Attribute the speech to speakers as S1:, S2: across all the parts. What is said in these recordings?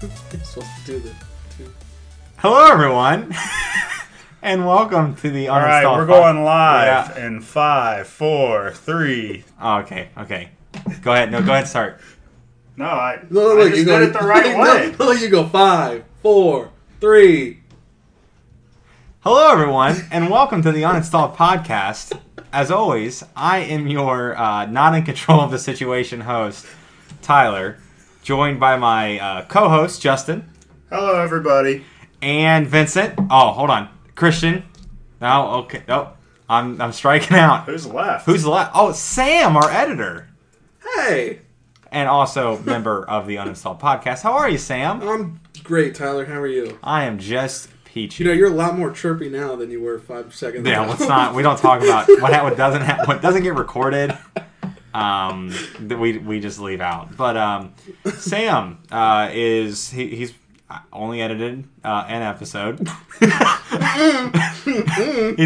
S1: supposed to do the. two.
S2: Hello, everyone, and welcome to the.
S3: All right, we're going live in five, four, three.
S2: Oh, okay, okay. Go ahead. No, go ahead. and Start.
S3: No, I,
S1: No,
S3: I
S1: look,
S3: just
S1: you
S3: did
S1: go
S3: it the right
S1: no,
S3: way.
S1: no, you go five, four, three.
S2: Hello, everyone, and welcome to the Uninstalled podcast. As always, I am your uh, not in control of the situation host, Tyler, joined by my uh, co-host Justin
S3: Hello, everybody.
S2: and Vincent. Oh, hold on, Christian. No, okay. Oh, I'm I'm striking out.
S3: Who's left?
S2: Who's left? Oh, it's Sam, our editor,
S1: Hey,
S2: and also member of the Uninstalled podcast. How are you, Sam?
S1: I'm great, Tyler. How are you?
S2: I am just peachy.
S1: You know, you're a lot more chirpy now than you were five seconds ago.
S2: yeah, let's not. We don't talk about what, ha- what doesn't ha- what doesn't get recorded. Um, that we we just leave out. But um, Sam uh, is he, he's only edited uh, an episode. he's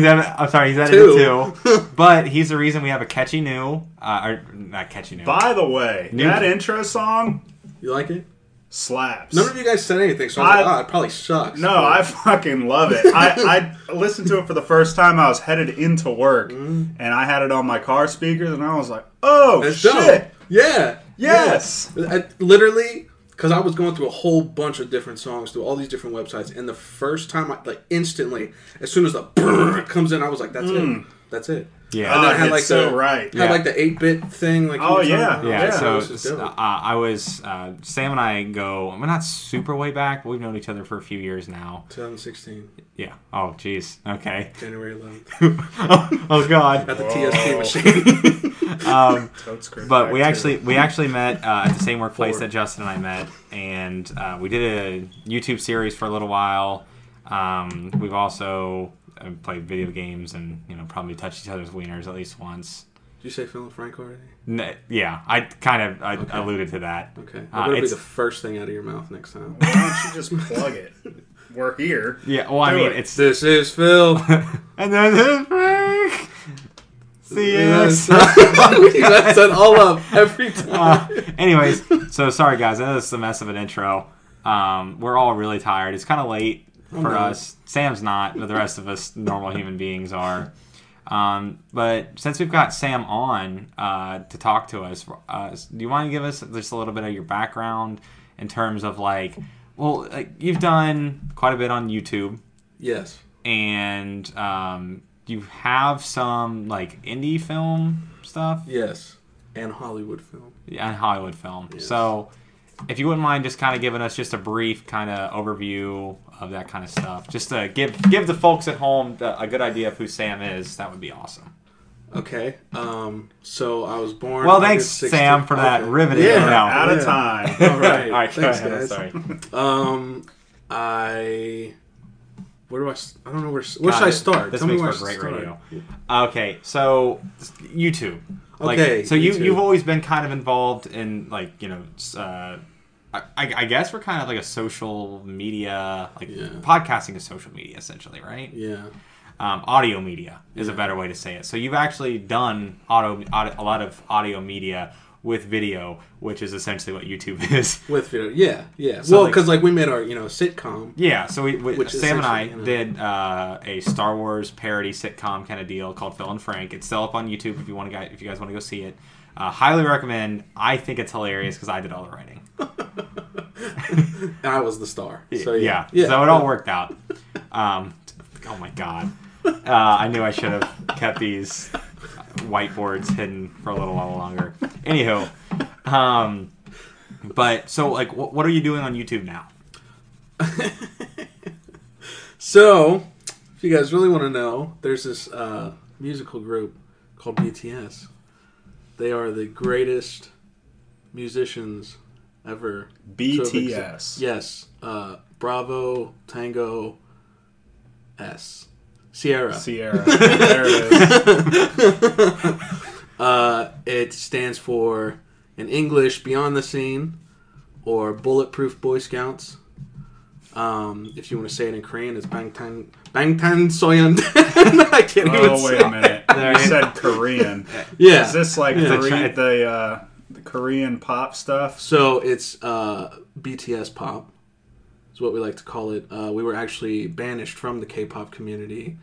S2: edi- I'm sorry, he's edited
S1: Two.
S2: two. But he's the reason we have a catchy new uh, or not catchy new.
S3: By the way,
S2: New-
S3: that intro song
S1: You like it?
S3: slaps.
S1: None of you guys said anything, so I was
S3: I-
S1: like, oh, it probably sucks.
S3: No, I fucking love it. I, I listened to it for the first time. I was headed into work,
S1: Mm.
S3: and I had it on my car speakers, and I was like, "Oh
S1: That's
S3: shit,
S1: dope. Yeah.
S3: Yes.
S1: Yeah. I, literally, because I was going through a whole bunch of different songs through all these different websites, and the first time, I like instantly, as soon as the brrr comes in, I was like, "That's it. That's it."
S2: Yeah.
S1: And then
S3: Oh,
S1: I had
S3: Mm. it's
S1: like
S3: so
S1: the
S3: right.
S1: had
S2: Yeah.
S1: like the eight bit thing. Like, you
S3: Oh,
S1: were talking
S3: yeah.
S1: about.
S2: Yeah,
S3: Yeah,
S2: so
S1: this is dope.
S2: uh, I was uh, Sam and I go. We're not super way back. But we've known each other for a few years now.
S1: 2016,
S2: Yeah. Oh, jeez. Okay.
S1: January 11th,
S2: oh,
S1: at
S2: God.
S1: the
S3: Whoa.
S1: TSP machine.
S2: Um,
S3: Toad screwed
S2: but we
S3: back, too.
S2: actually we actually met uh, at the same workplace
S1: Four.
S2: that Justin and I met, and uh, we did a YouTube series for a little while. Um, we've also uh, played video games and you know probably touched each other's wieners at least once.
S1: Did you say Phil and Frank already?
S2: N- yeah, I kind of I alluded to that.
S1: Okay, that
S3: Ah,
S2: Uh,
S1: better be
S2: it's-
S1: the first thing out of your mouth next time.
S3: Why don't you just plug it? We're here.
S2: Yeah. Well, I
S3: Do
S2: mean,
S3: it.
S2: it's
S1: this is Phil.
S2: and then it's Frank. See you next
S1: Yes.
S2: time.
S1: you mess that all up every
S2: Uh,
S3: Ah.
S1: time.
S2: anyways, so sorry guys, I know this is a mess of an intro. Um, we're all really tired. It's kind of late for
S1: not.
S2: us. Sam's not, but the rest of us normal human beings are. Um, but since we've got Sam on uh, to talk to us, uh, do you want to give us just a little bit of your background in terms of like, well, like you've done quite a bit on YouTube
S1: yes.
S2: and um, you have some like indie film stuff
S1: Yes. And Hollywood film.
S2: and Hollywood film. So, if you wouldn't mind just kind of giving us just a brief kind of overview of that kind of stuff, just to give give the folks at home the, a good idea of who Sam is, that would be awesome.
S1: Okay. Um. So I was born.
S2: Well, thanks,
S1: August 16
S2: Sam, for that
S1: Okay.
S2: riveting.
S3: We're
S1: Yeah.
S2: No.
S3: out of
S1: Yeah.
S3: time.
S1: All right.
S2: All right, go
S1: Thanks,
S2: ahead, I'm
S1: guys.
S2: Sorry.
S1: Um. I. Where do I? s- I don't know where. s- Where
S2: God,
S1: should I start?
S2: This
S1: Tell
S2: makes
S1: me where
S2: for a
S1: I
S2: great
S1: start.
S2: radio. Okay, so YouTube. Like,
S1: Okay,
S2: so you
S1: YouTube.
S2: you've always been kind of involved in like you know. s- Uh, I, I I guess we're kind of like a social media, like
S1: Yeah.
S2: podcasting is social media essentially, right?
S1: Yeah.
S2: um, audio media is a better way to say it. So you've actually done auto, audio, a lot of audio media with video, which is essentially what YouTube is.
S1: With video. Yeah. Yeah.
S2: So,
S1: well,
S2: like-
S1: because like, we made our you know sitcom.
S2: Yeah, so we, we
S1: Which is
S2: Sam and I
S1: essentially,
S2: did uh, a Star Wars parody sitcom kind of deal called Phil and Frank. It's still up on YouTube if you want to guys if you guys want to go see it. Uh, highly recommend. I think it's hilarious because I did all the writing.
S1: And I was the star. So
S2: yeah.
S1: yeah. Yeah.
S2: So it all worked out. Um, oh my god. Uh, I knew I should have kept these whiteboards hidden for a little while longer. Anywho, um, but so like, wh- what are you doing on YouTube now?
S1: So, if you guys really want to know, there's this uh, musical group called BTS. They are the greatest musicians ever. to have
S3: BTS.
S1: exi- Yes. Uh, Bravo, Tango, S. Sierra.
S3: Sierra. There it is.
S1: uh, it stands for, in English, Beyond the Scene or Bulletproof Boy Scouts. Um, if you want to say it in Korean, it's Bangtan Bangtan Soyeon. I can't even
S3: Oh
S1: say
S3: wait a minute.
S2: There
S3: You
S2: it-
S3: said Korean.
S1: Yeah.
S3: Is this like
S1: Yeah.
S3: Kore-
S2: Chi-
S3: the uh, the Korean pop stuff?
S1: so it's uh, BTS pop. is what we like to call it. Uh, we were actually banished from the K-pop community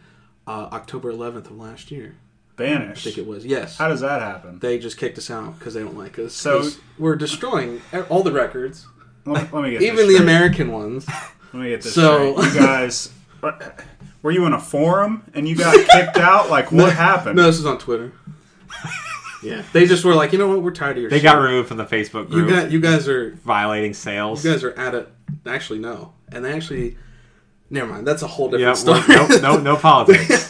S1: uh, October 11th of last year. I
S3: Banished.
S1: think it was. Yes,
S3: How does that happen?
S1: they just kicked us out because they don't like us.
S3: So-
S1: 'Cause we're destroying e, all the records,
S3: Let, let me get
S1: even
S3: this
S1: the
S3: straight.
S1: American ones.
S3: Let me get this
S1: So-
S3: straight. You guys, what- were you in a forum and you got kicked out? Like what happened?
S1: No, this is on Twitter. yeah, they just were like, you know what, we're tired of your.
S2: They
S1: shit.
S2: got removed from the Facebook
S1: you
S2: group,
S1: got you guys are
S2: violating sales.
S1: you guys are at it. Actually, no, and they actually. Never mind. That's a whole different
S2: yeah,
S1: story.
S2: well, no, no, no politics.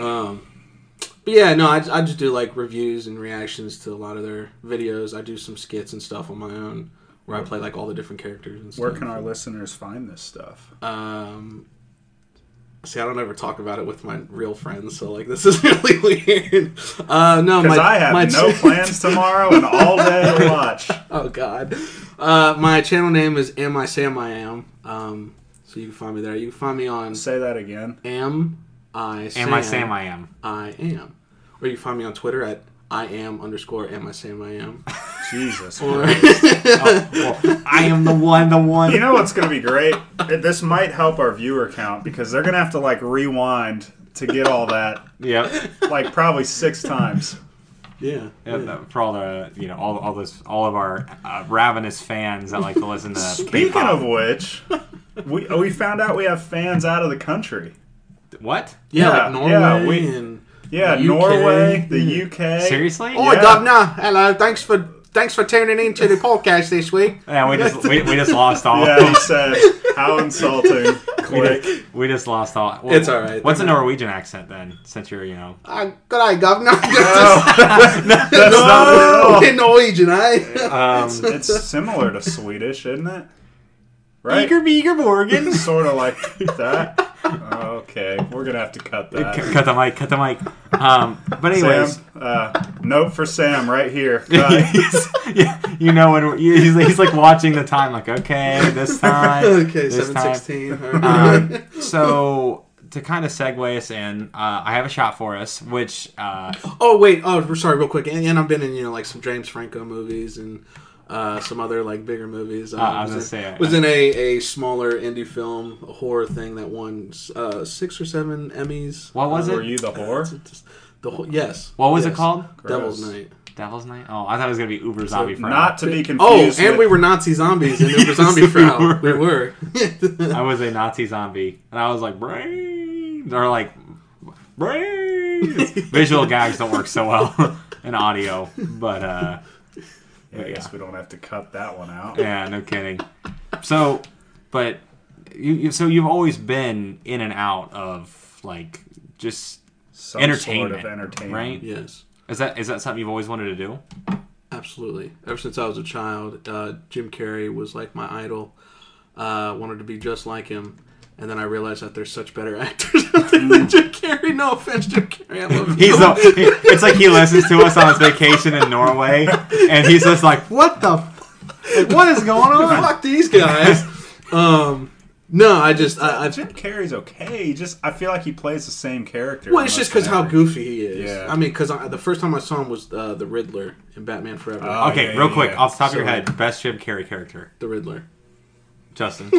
S1: But yeah, no, I, I just do like reviews and reactions to a lot of their videos. I do some skits and stuff on my own where I play like all the different characters and stuff.
S3: Where can our listeners find this stuff?
S1: Um, see, I don't ever talk about it with my real friends, so like this is really weird. Uh, no,
S3: Because
S1: my,
S3: I have
S1: my
S3: no plans tomorrow and all day to watch.
S1: oh God, uh, my channel name is Am I Sam I Am. Um, so you can find me there. You can find me on
S3: Say that again.
S1: Am I Sam
S2: Am I Sam? I am.
S1: I am, or you can find me on Twitter at I am underscore Am I Sam I am.
S3: Jesus.
S1: Or-
S2: Oh. Well, I am the one, the one.
S3: You know what's going to be great? This might help our viewer count because they're going to have to like rewind to get all that,
S2: yep.
S3: like probably six times.
S1: yeah,
S2: Yeah, the- for all the you know all all this all of our uh, ravenous fans that like to listen to
S3: Speaking
S2: K-pop.
S3: of which, we uh, we found out we have fans out of the country.
S2: what
S1: yeah,
S3: Yeah,
S1: like Norway
S3: yeah, we-
S1: and
S3: Yeah,
S1: The UK.
S3: Norway, the
S1: Yeah.
S3: UK.
S2: seriously
S1: Oh,
S3: Yeah.
S1: Governor, hello. Thanks for thanks for tuning in to the podcast this week.
S2: yeah we just we, we just lost all
S3: Yeah, he said, how insulting. Click.
S2: we just lost all well,
S1: It's all right.
S2: what's a Norwegian accent then since you're you know
S1: Uh, good day, Governor.
S3: That's not
S1: in Norwegian, eh?
S2: um,
S3: at all. It's similar to Swedish, isn't it? Right?
S2: Eager Beager Morgan
S3: Sort of like that. Okay, we're going to have to cut that.
S2: C- cut the mic cut the mic um, but anyways
S3: Sam, uh, note for Sam right here. Bye.
S2: he's, yeah, you know when we- he's, he's like watching the time like okay this time
S1: okay,
S2: this
S1: seven
S2: time.
S1: sixteen.
S2: um, so to kind of segue us in, uh, I have a shot for us, which uh,
S1: oh wait, oh we're sorry, real quick. And, and I've been in you know like some James Franco movies and uh, some other like bigger movies. Uh,
S2: I was
S1: in,
S2: gonna say, I-
S1: was in a, a smaller indie film, a horror thing that won uh, six or seven Emmys.
S2: what was
S3: Were
S2: it?
S3: you the whore?
S1: The whole, yes.
S2: What was it
S1: yes.
S2: called?
S1: Devil's
S3: Gross.
S1: Night.
S2: Devil's Night. Oh, I thought it was gonna be Uber Zombie Forever.
S3: Not to be confused.
S1: Oh, and
S3: with-
S1: we were Nazi zombies in Uber Zombie
S2: Yes, we
S1: Frau. We were.
S2: I was a Nazi zombie, and I was like brains or like brains. Visual gags don't work so well in audio, but uh,
S3: Yeah, I guess we don't have to cut that one out.
S2: yeah, no kidding. So, but you, you so you've always been in and out of like just
S3: Some
S2: entertainment,
S3: sort of entertainment.
S2: right?
S1: yes.
S2: Is that is that something you've always wanted to do?
S1: Absolutely. Ever since I was a child, uh, Jim Carrey was like my idol. Uh, wanted to be just like him, and then I realized that there's such better actors out there than Jim Carrey. No offense, Jim Carrey. I love you.
S2: He's the, he- it's like he listens to us on his vacation in Norway, and he's just like, "What the? f- What is going on?"
S1: fuck these guys. um, no, I just I, I
S3: Jim Carrey's okay. He just I feel like he plays the same character.
S1: well, it's just because how goofy he is.
S3: Yeah.
S1: I mean, because the first time I saw him was uh, the Riddler in Batman Forever.
S3: Oh,
S2: Okay,
S3: yeah,
S2: real
S3: yeah,
S2: quick,
S3: yeah.
S2: off the top of your
S1: So-
S2: head, best Jim Carrey character,
S1: the Riddler.
S2: Justin.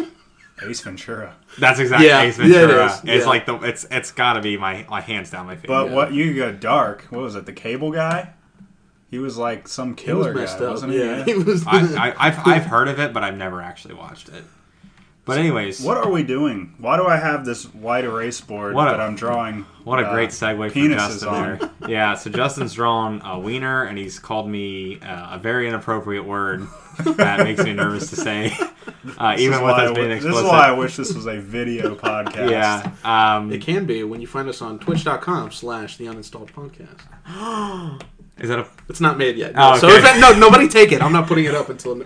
S3: Ace Ventura.
S2: That's exactly
S1: Yeah,
S2: Ace
S1: yeah, it
S2: Ventura.
S1: is,
S2: It's
S1: yeah.
S2: like the it's it's got to be my my hands down my favorite.
S3: But
S1: Yeah.
S3: what you go dark? What was it? The Cable Guy. He was like some
S1: He was
S3: killer
S1: messed
S3: guy,
S1: up.
S3: wasn't he?
S1: yeah,
S3: Yeah.
S1: he was.
S2: I, I, I've I've heard of it, but I've never actually watched it. But anyways,
S3: What are we doing? Why do I have this white erase board
S2: What a-
S3: that I'm drawing?
S2: What a
S3: uh,
S2: great segue for
S3: penises
S2: Justin
S3: on?
S2: there. Yeah, so Justin's drawn a wiener, and he's called me uh, a very inappropriate word that makes me nervous to say, uh,
S3: This is
S2: even with
S3: why I
S2: us
S3: wi-
S2: being
S3: This is
S2: explicit.
S3: why I wish this was a video podcast.
S2: yeah, um,
S1: it can be when you find us on Twitch.com slash The Uninstalled Podcast.
S2: is that a
S1: It's not made yet.
S2: Oh,
S1: No. So
S2: okay.
S1: if that, no, nobody take it. I'm not putting it up until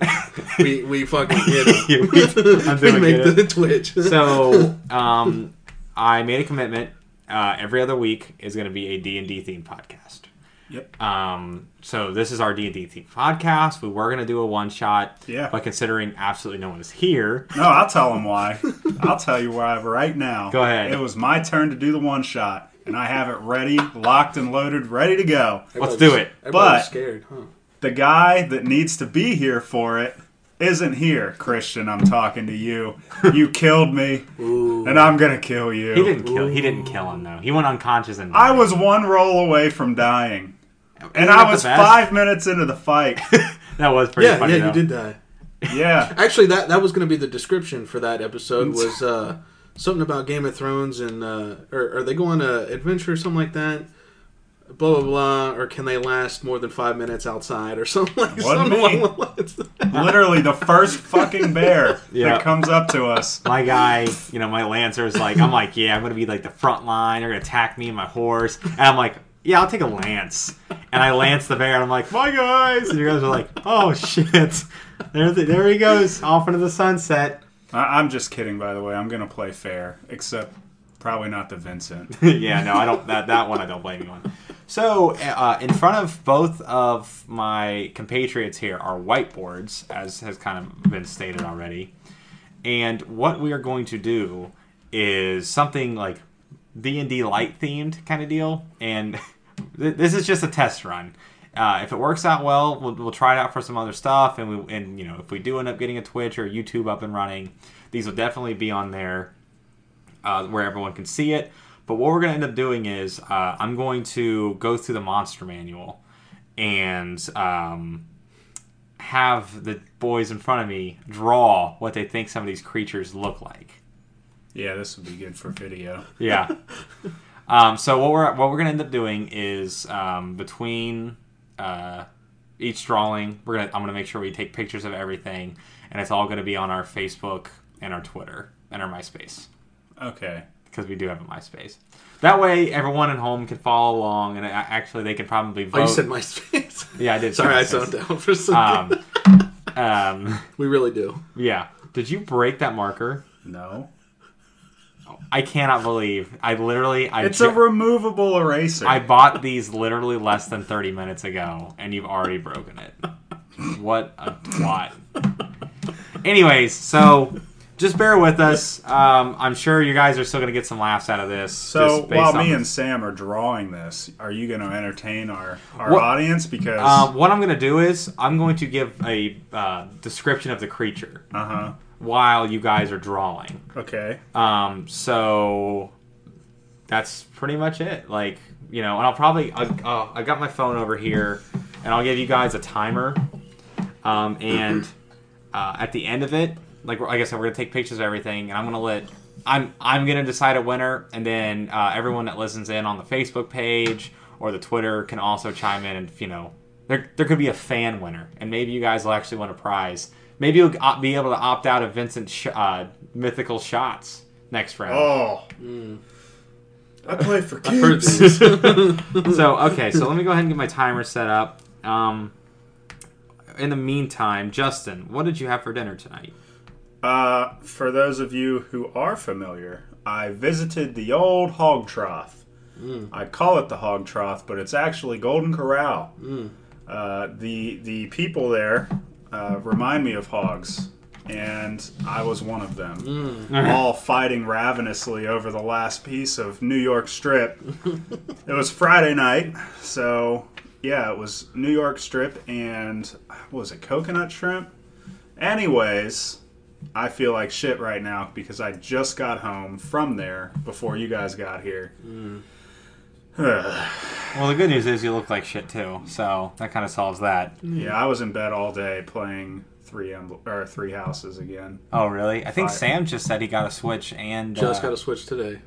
S1: we we fucking you
S2: Yeah,
S1: know,
S2: we- until
S1: we
S2: we
S1: make
S2: get it.
S1: the Twitch.
S2: so? Um, I made a commitment. Uh, every other week is going to be a D and D themed podcast.
S3: Yep.
S2: Um, so this is our D and D themed podcast. We were going to do a one shot,
S3: Yeah.
S2: But considering absolutely no one is here,
S3: No, I'll tell him why. I'll tell you why right now.
S2: Go ahead.
S3: It was my turn to do the one shot, and I have it ready, locked and loaded, ready to go.
S2: let's do it.
S1: Everybody's
S3: But-
S1: scared, huh?
S3: The guy that needs to be here for it isn't here, Christian. I'm talking to you. You killed me, and I'm gonna kill you.
S2: He didn't kill. He didn't kill him though. He went unconscious and
S3: I
S2: died.
S3: was one roll away from dying, and
S2: Isn't that
S3: I
S2: the
S3: was
S2: best?
S3: five minutes into the fight.
S2: That was pretty
S1: Yeah,
S2: funny.
S1: yeah,
S2: though.
S1: you did die.
S3: yeah,
S1: Actually, that that was going to be the description for that episode
S3: Mm.
S1: was uh, something about Game of Thrones and uh, or are they going on an adventure or something like that? Blah blah blah, or can they last more than five minutes outside or something like
S3: Wasn't
S1: something
S3: me.
S1: along those lines.
S3: literally the first fucking bear
S2: Yeah.
S3: that comes up to us.
S2: my guy, you know, my lancer is like, I'm like, yeah, I'm gonna be like the front line. They're gonna attack me and my horse, and I'm like, yeah, I'll take a lance, and I lance the bear, and I'm like, my guys, and you guys are like, oh shit, there, there he goes, off into the sunset.
S3: I- I'm just kidding, by the way. I'm gonna play fair, except probably not the Vincent.
S2: yeah, no, I don't. That that one, I don't blame you on. So, uh, in front of both of my compatriots here are whiteboards, as has kind of been stated already. And what we are going to do is something like D and D light themed kind of deal. And th- this is just a test run. Uh, if it works out well, we'll, we'll try it out for some other stuff. And we and you know if we do end up getting a Twitch or YouTube up and running, these will definitely be on there uh, where everyone can see it. But what we're going to end up doing is uh, I'm going to go through the monster manual and um, have the boys in front of me draw what they think some of these creatures look like.
S3: Yeah, this would be good for video.
S2: Yeah. um, so what we're what we're going to end up doing is um, between uh, each drawing, we're gonna I'm going to make sure we take pictures of everything, and it's all going to be on our Facebook and our Twitter and our MySpace.
S3: Okay.
S2: because we do have a MySpace. That way, everyone at home can follow along, and a- actually, they can probably vote.
S3: Um,
S1: Oh, you said MySpace.
S2: yeah, I did. say
S1: Sorry, I
S2: MySpace.
S1: zoned out for some.
S3: Uh,
S2: Um, um,
S1: we really do.
S2: yeah. Did you break that marker?
S3: No.
S2: I cannot believe. I literally. I
S3: It's
S2: ju-
S3: a removable eraser.
S2: I bought these literally less than 30 minutes ago, and you've already broken it. What a twat. Anyways, so just bear with us. Um, I'm sure you guys are still going to get some laughs out of this.
S3: so
S2: just based
S3: while
S2: on-
S3: me and Sam are drawing this, are you going to entertain our, our
S2: What-
S3: audience? Because
S2: Um, what I'm going to do is I'm going to give a uh, description of the creature
S3: uh huh.
S2: while you guys are drawing.
S3: Okay.
S2: Um, so that's pretty much it. Like you know, and I'll probably I, uh, I got my phone over here, and I'll give you guys a timer. Um, and uh, at the end of it, like like I said, we're gonna take pictures of everything, and I'm gonna let I'm I'm gonna decide a winner, and then uh, everyone that listens in on the Facebook page or the Twitter can also chime in, and you know, there there could be a fan winner, and maybe you guys will actually win a prize. Maybe you'll op- be able to opt out of Vincent's sh- uh, mythical shots next round.
S3: Oh. I play for
S1: I've heard
S3: kids.
S1: these.
S2: so okay, so let me go ahead and get my timer set up. Um, in the meantime, Justin, what did you have for dinner tonight?
S3: Uh, for those of you who are familiar, I visited the old hog trough. I call it the hog trough, but it's actually Golden Corral. Uh, the the people there uh, remind me of hogs, and I was one of them. All fighting ravenously over the last piece of New York Strip. it was Friday night, so yeah, it was New York Strip and what was it coconut shrimp? Anyways, I feel like shit right now because I just got home from there before you guys got here.
S2: Well, the good news is you look like shit too, so that kind of solves that.
S3: yeah, I was in bed all day playing three Emble- or three houses again.
S2: Oh, really? I think
S3: Fire.
S2: Sam just said he got a switch and
S1: Just
S2: uh,
S1: got to switch today.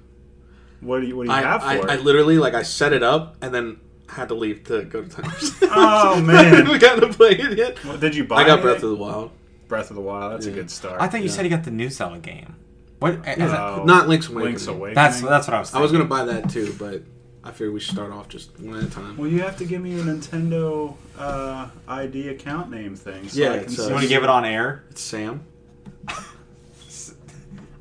S3: What do you what do you
S1: I,
S3: have
S1: I,
S3: for
S1: I
S3: it?
S1: literally like I set it up and then had to leave to go to times.
S3: Oh, man.
S1: we got to play it yet.
S3: What- Did you buy?
S1: I got
S3: anything?
S1: Breath of the Wild.
S3: Breath of the Wild. That's a good start.
S2: I thought you said he got the new Zelda game. What? is it-
S3: Oh,
S1: Not Link's Awakening.
S3: Link's Awakening.
S2: that's that's what I was.
S1: I
S2: Thinking.
S1: was gonna buy that too, but I figured we should start off just one at a time.
S3: Well, you have to give me your Nintendo uh, ID account name thing. So
S1: Yeah,
S3: I can
S1: it's, uh,
S2: You
S3: see.
S2: want to give it on air?
S1: It's Sam.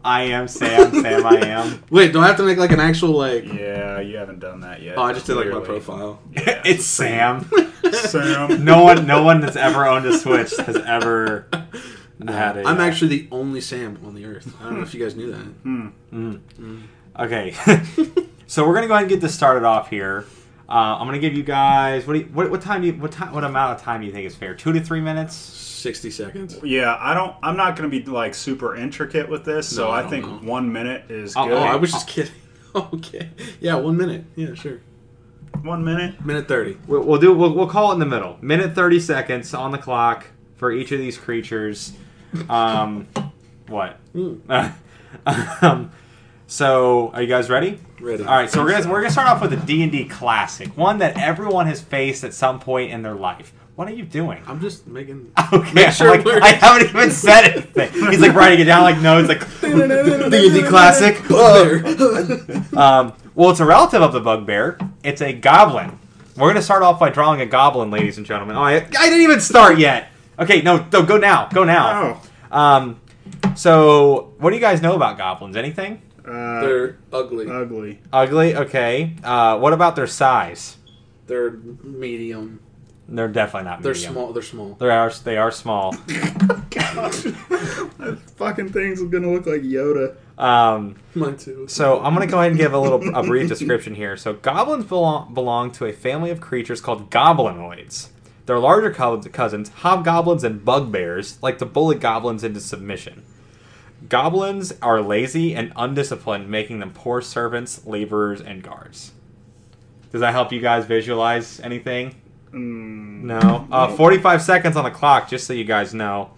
S2: I am Sam. Sam, I am.
S1: Wait, do I have to make like an actual like?
S3: Yeah, you haven't done that yet.
S1: Oh, I just did like my
S3: clearly.
S1: profile.
S3: Yeah.
S2: it's Sam.
S3: Sam.
S2: No one, no one that's ever owned a Switch has ever had a.
S1: I'm
S2: uh,
S1: actually the only Sam on the earth. I don't know if you guys knew that.
S3: Hmm.
S2: Okay. so we're going to go ahead and get this started off here. Uh, I'm gonna give you guys what, do you, what what time do you what time what amount of time do you think is fair? Two to three minutes.
S1: 60 seconds.
S3: Yeah, I don't. I'm not going to be like super intricate with this, so
S1: No, I
S3: I,
S1: don't
S3: think
S1: know.
S3: one minute is
S2: Oh,
S3: good.
S1: Oh, I was just kidding. Okay. Yeah, one minute. Yeah, sure.
S3: one minute.
S1: Minute 30.
S2: We'll, we'll do we'll, we'll call it in the middle. Minute thirty seconds on the clock for each of these creatures. Um, what? um, so are you guys ready?
S1: Ready.
S2: All right, so we're gonna we're gonna start off with a D and D classic, one that everyone has faced at some point in their life. What are you doing?
S1: I'm just making.
S2: Okay,
S1: Make
S2: I'm
S1: sure
S2: like,
S1: we're-
S2: I haven't even said anything. He's like writing it down, like no, it's like D&D classic. Um, well, it's a relative of the bugbear. It's a goblin. We're gonna start off by drawing a goblin, ladies and gentlemen. Oh, I, I didn't even start yet. Okay, no, no, go now, go now. Um, so what do you guys know about goblins? Anything?
S3: Oh, uh,
S1: They're ugly.
S3: ugly.
S2: Ugly. Okay. Uh, what about their size?
S1: They're medium.
S2: They're definitely not.
S1: They're
S2: medium.
S1: small. They're small.
S2: They are. They are small.
S3: that fucking thing's going to look like Yoda.
S2: Um,
S1: Mine too.
S2: So I'm going to go ahead and give a little a brief description here. So goblins belong, belong to a family of creatures called goblinoids. Their larger co- cousins, hobgoblins and bugbears, like to bully goblins into submission. Goblins are lazy and undisciplined, making them poor servants, laborers, and guards. Does that help you guys visualize anything?
S3: Mm,
S2: No. Uh, 45 seconds on the clock, just so you guys know.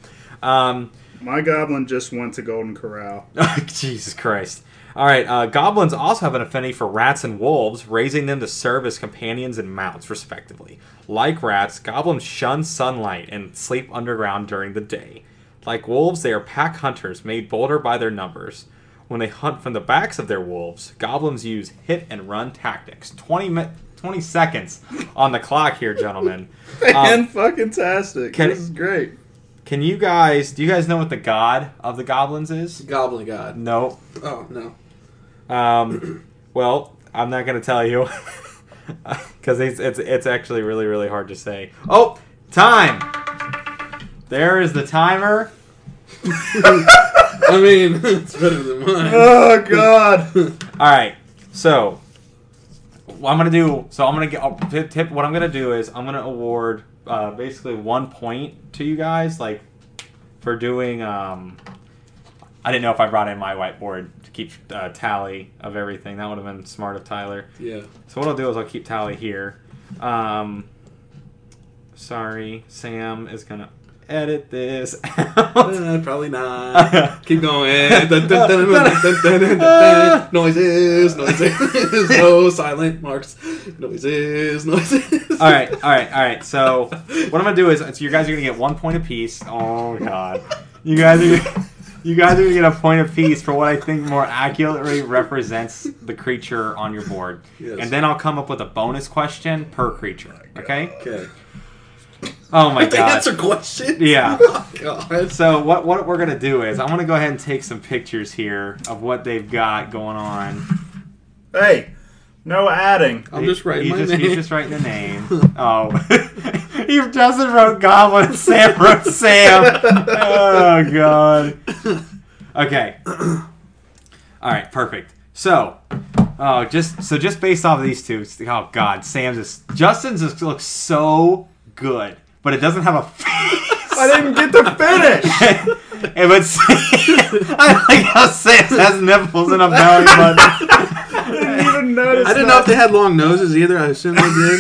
S2: Um,
S3: my goblin just went to Golden Corral.
S2: Jesus Christ. All right, uh, goblins also have an affinity for rats and wolves, raising them to serve as companions and mounts, respectively. Like rats, goblins shun sunlight and sleep underground during the day. Like wolves, they are pack hunters, made bolder by their numbers. When they hunt from the backs of their wolves, goblins use hit and run tactics. 20, mi- 20 seconds on the clock here, gentlemen. Um,
S3: fucking tastic.
S2: can- This is
S3: great.
S2: can you guys, do you guys know what the god of the goblins is?
S1: Goblin God.
S2: No.
S1: Oh, no.
S2: Um, well, I'm not gonna tell you because it's, it's it's actually really really hard to say. Oh, time! There is the timer.
S1: I mean, it's better than mine.
S3: Oh, God.
S2: All right, so what I'm gonna do. So I'm gonna get I'll tip, tip. What I'm gonna do is I'm gonna award uh, basically one point to you guys, like for doing. Um, I didn't know if I brought in my whiteboard to keep uh, tally of everything. That would have been smart of Tyler.
S1: Yeah.
S2: So what I'll do is I'll keep tally here. Um, sorry, Sam is gonna edit this out.
S1: Uh, probably not. Keep going. Dun, dun, dun, dun, dun, dun, dun, dun. noises, noises, no silent marks. Noises, noises.
S2: all right, all right, all right. So what I'm gonna do is so you guys are gonna get one point apiece. Oh God, you guys are. Gonna, you guys are gonna get a point apiece for what I think more accurately represents the creature on your board,
S1: Yes.
S2: and then I'll come up with a bonus question per creature. Okay?
S1: Okay.
S2: Oh my
S1: to
S2: God.
S1: answer questions.
S2: Yeah.
S1: Oh, God.
S2: So what what we're gonna do is I'm gonna go ahead and take some pictures here of what they've got going on.
S3: Hey, no adding.
S1: I'm just writing
S2: he's
S1: my
S2: just,
S1: name.
S2: He's just writing the name. Oh, he Justin wrote Goblin. Sam wrote Sam. Oh God. Okay. All right. Perfect. So, oh, just so just based off of these two. it's- Oh God, Sam's is Justin's is, looks so good, but it doesn't have a face.
S3: I didn't get to finish.
S2: it would say, I like how Sam has nipples and a belly button.
S3: I didn't even notice.
S1: I didn't know if they had long noses either. I assume they did.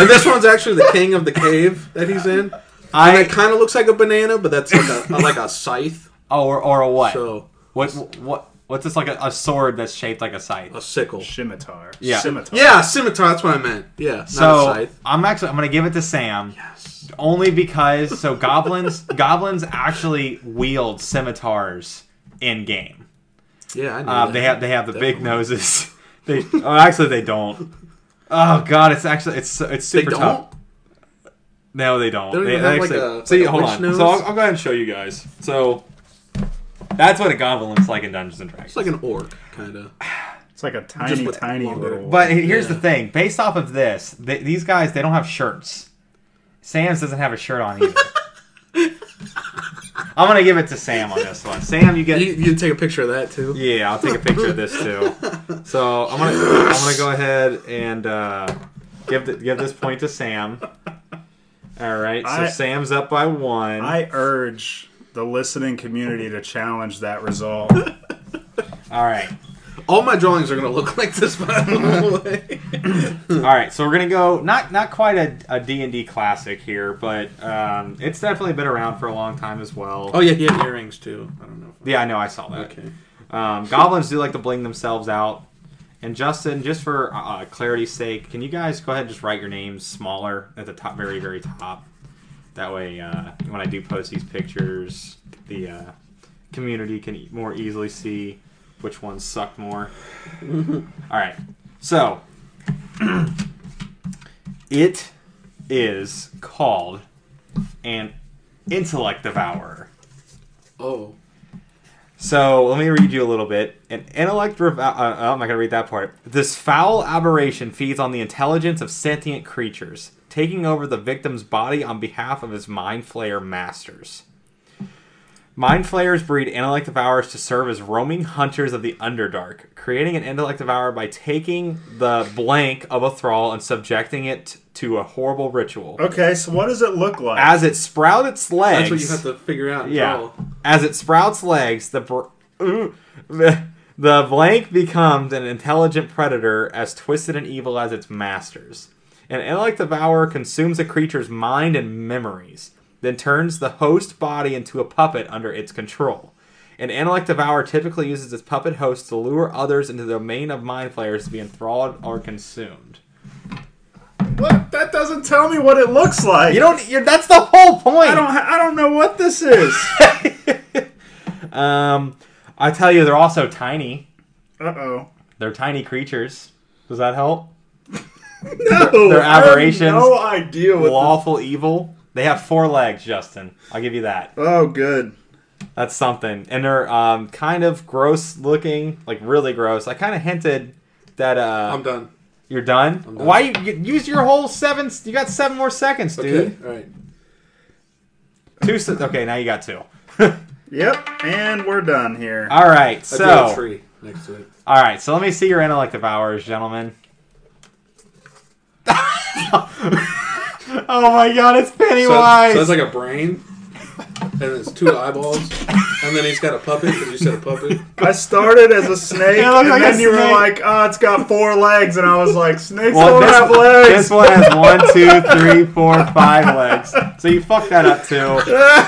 S1: and this one's actually the king of the cave that he's in. And it
S2: I
S1: kind of looks like a banana, but that's like a, like a scythe.
S2: oh, or or a what?
S1: So
S2: What what what's this like a, a sword that's shaped like a scythe?
S1: a sickle.
S3: Scimitar.
S2: Yeah.
S3: Scimitar.
S1: Yeah, scimitar. That's what I meant. Yeah, not a
S2: So
S1: scythe.
S2: I'm actually I'm gonna give it to Sam
S1: Yes.
S2: only because so goblins goblins actually wield scimitars in game.
S1: Yeah, I know.
S2: Um,
S1: that.
S2: they have they have the big
S1: Definitely.
S2: noses. They oh, actually they don't. Oh god, it's actually it's so- it's
S1: They
S2: super
S1: don't.
S2: tough. No, they don't.
S1: They don't even have, like, a-
S2: see,
S1: like a
S2: hold
S1: witch
S2: on.
S1: nose?
S2: So I'll, I'll go ahead and show you guys. So that's what a goblin looks like in Dungeons and
S1: It's
S2: Dragons.
S1: like an orc, kind of.
S3: It's like a tiny,
S1: with
S3: tiny
S1: longer-
S3: little.
S2: But he- here's
S1: Yeah.
S2: the thing: based off of this, th- these guys they don't have shirts. Sam's doesn't have a shirt on either. I'm gonna give it to Sam on this one. Sam, you get.
S1: You, you take a picture of that too.
S2: yeah, I'll take a picture of this too. So I'm gonna I'm gonna go ahead and uh, give th- give this point to Sam. All right, so
S3: I-
S2: Sam's up by one.
S3: I urge the listening community to challenge that result.
S2: All right,
S1: All my drawings are gonna look like this by the way.
S2: all right. So we're gonna go not not quite a D and D classic here, but um, it's definitely been around for a long time as well.
S1: Oh yeah, he had earrings too. I don't know. If
S2: Yeah, I know. I saw that.
S1: Okay.
S2: Um, goblins do like to bling themselves out. And Justin, just for uh, clarity's sake, can you guys go ahead and just write your names smaller at the top, very, very top? That way, uh, when I do post these pictures, the uh, community can e- more easily see which ones suck more. All right. So, it is called an intellect devourer.
S1: Oh.
S2: So let me read you a little bit. An intellect. Rev- uh, uh, oh, I'm not going to read that part. This foul aberration feeds on the intelligence of sentient creatures, taking over the victim's body on behalf of his mind flayer masters. Mind flayers breed intellect devourers to serve as roaming hunters of the Underdark, creating an intellect devourer by taking the blank of a thrall and subjecting it to a horrible ritual.
S3: Okay, so what does it look like?
S2: As it sprout its legs,
S1: That's what you have to figure out. and
S2: yeah.
S1: draw.
S2: As it sprouts legs, the br- ooh, the the blank becomes an intelligent predator as twisted and evil as its masters. An intellect devourer consumes a creature's mind and memories, then turns the host body into a puppet under its control. An intellect devourer typically uses its puppet host to lure others into the domain of mind flayers to be enthralled or consumed.
S3: what? That doesn't tell me what it looks like.
S2: You don't. You're, that's the whole point.
S3: I don't. ha- I don't know what this is.
S2: um, I tell you, they're also tiny.
S3: uh oh.
S2: They're tiny creatures. Does that help?
S3: No,
S2: They're aberrations.
S3: I have no idea what. the-
S2: Lawful evil. They have four legs, Justin. I'll give you that.
S3: oh, good.
S2: That's something. And they're um, kind of gross looking, like really gross. I kind of hinted that uh,
S1: I'm done.
S2: you're done.
S1: done.
S2: Why you, you- use your whole seven? s- You got seven more seconds, dude.
S1: Okay. All right.
S2: Two. se- Okay, now you got two.
S3: Yep, and we're done here.
S2: All right.
S1: I drew a
S2: So
S1: tree next to it.
S2: all right. So let me see your intellect devours, gentlemen. oh my God! It's
S1: So,
S2: Pennywise.
S1: so it's like a brain, and it's two eyeballs, and then he's got a puppet. Because you said a puppet.
S3: I started as a snake,
S2: It looked
S3: and
S2: like
S3: then
S2: a
S3: you were
S2: snake.
S3: like, "Oh, it's got four legs," and I was like, "Snakes
S2: Well,
S3: don't have
S2: this,
S3: legs."
S2: this one has one, two, three, four, five legs. So you fucked that up too.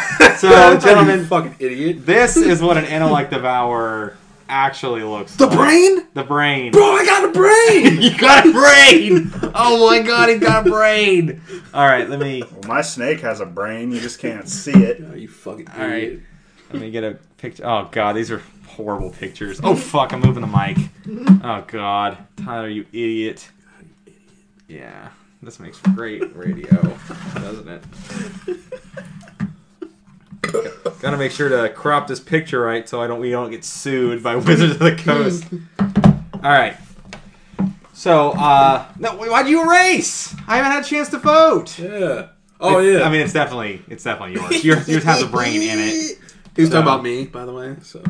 S2: So,
S1: You
S2: gentlemen,
S1: fucking idiot.
S2: this is what an intellect devourer actually looks like.
S1: brain,
S2: The brain.
S1: bro. I got a brain.
S2: You got a brain! Oh my god, he got a brain! Alright, let me
S3: Well, my snake has a brain. You just can't see it.
S1: oh, you fucking idiot.
S2: All right. let me get a picture. Oh god, these are horrible pictures. Oh fuck, I'm moving the mic. Oh god. Tyler, you idiot. Yeah. This makes great radio, doesn't it? Gotta make sure to crop this picture right so I don't we don't get sued by Wizards of the Coast. Alright. So, uh no, why'd you erase? I haven't had a chance to vote.
S1: Yeah. Oh
S2: It-
S1: yeah.
S2: I mean it's definitely it's definitely yours. Yours, yours has a brain in it.
S1: he was
S2: so-
S1: talking about me, by the way. So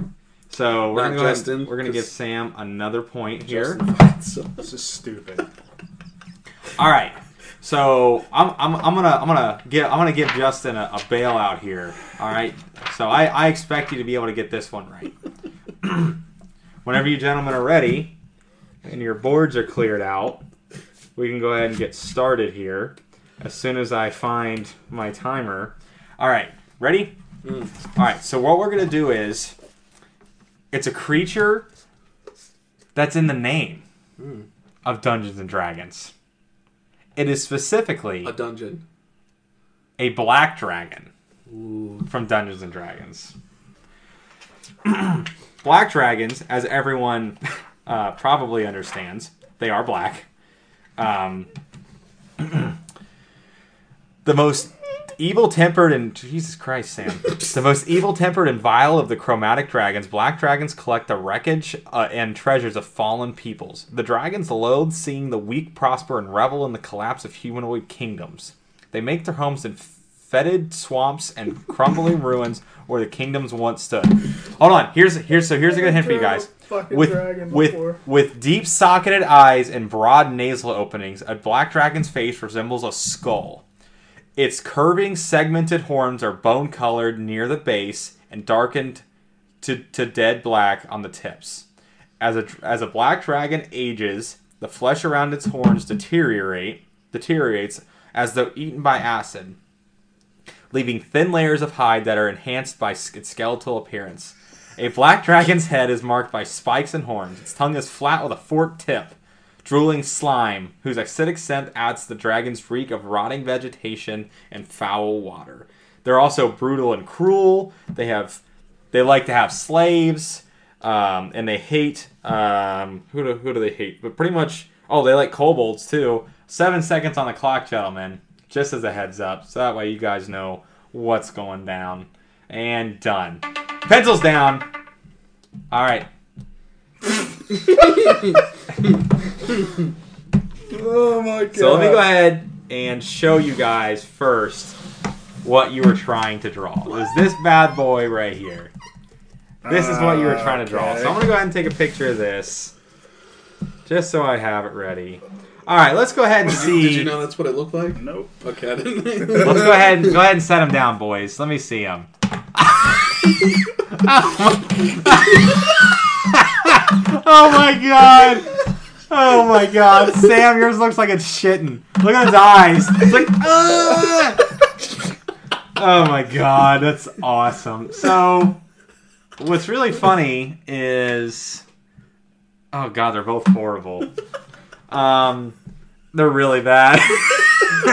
S2: So we're
S1: Not
S2: gonna go ahead-
S1: Justin,
S2: we're gonna
S1: 'cause-
S2: give Sam another point here.
S1: So-
S3: This is stupid.
S2: All right. So I'm, I'm, I'm gonna I'm gonna give I'm gonna give Justin a, a bailout here. All right. So I, I expect you to be able to get this one right. Whenever you gentlemen are ready, and your boards are cleared out, we can go ahead and get started here. As soon as I find my timer. All right. Ready? All right. So what we're gonna do is, it's a creature that's in the name of Dungeons and Dragons. It is specifically
S1: a dungeon.
S2: a black dragon
S1: Ooh.
S2: from Dungeons and Dragons. black dragons, as everyone uh, probably understands, they are black. Um, the most evil-tempered and Jesus Christ, Sam, the most evil-tempered and vile of the chromatic dragons. Black dragons collect the wreckage uh, and treasures of fallen peoples. The dragons loathe seeing the weak prosper and revel in the collapse of humanoid kingdoms. They make their homes in fetid swamps and crumbling ruins where the kingdoms once stood. Hold on, here's here's so here's a good hint for you guys.
S4: Fucking
S2: With
S4: dragon
S2: with
S4: before.
S2: with deep socketed eyes and broad nasal openings, a black dragon's face resembles a skull. Its curving, segmented horns are bone colored near the base and darkened to, to dead black on the tips. As a as a black dragon ages, the flesh around its horns deteriorate deteriorates as though eaten by acid, leaving thin layers of hide that are enhanced by s- its skeletal appearance. A black dragon's head is marked by spikes and horns. Its tongue is flat with a forked tip, drooling slime whose acidic scent adds to the dragon's reek of rotting vegetation and foul water. They're also brutal and cruel. They have they like to have slaves, um, and they hate um, who do who do they hate? But pretty much, oh, they like kobolds too. Seven seconds on the clock, gentlemen. Just as a heads up, so that way you guys know what's going down. And done. Pencils down. All right.
S4: Oh my god.
S2: So let me go ahead and show you guys first what you were trying to draw. It was this bad boy right here. This is what you were trying to draw. So I'm gonna go ahead and take a picture of this, just so I have it ready. All right, let's go ahead and see.
S1: Did you know that's what it looked like?
S3: Nope.
S1: Okay, I didn't.
S2: Let's go ahead and go ahead and set him down, boys. Let me see him. oh my god! Oh my god! Sam, yours looks like it's shitting. Look at his eyes. It's like. "Ugh." Oh my god, that's awesome. So, what's really funny is, oh god, they're both horrible. Um, they're really bad.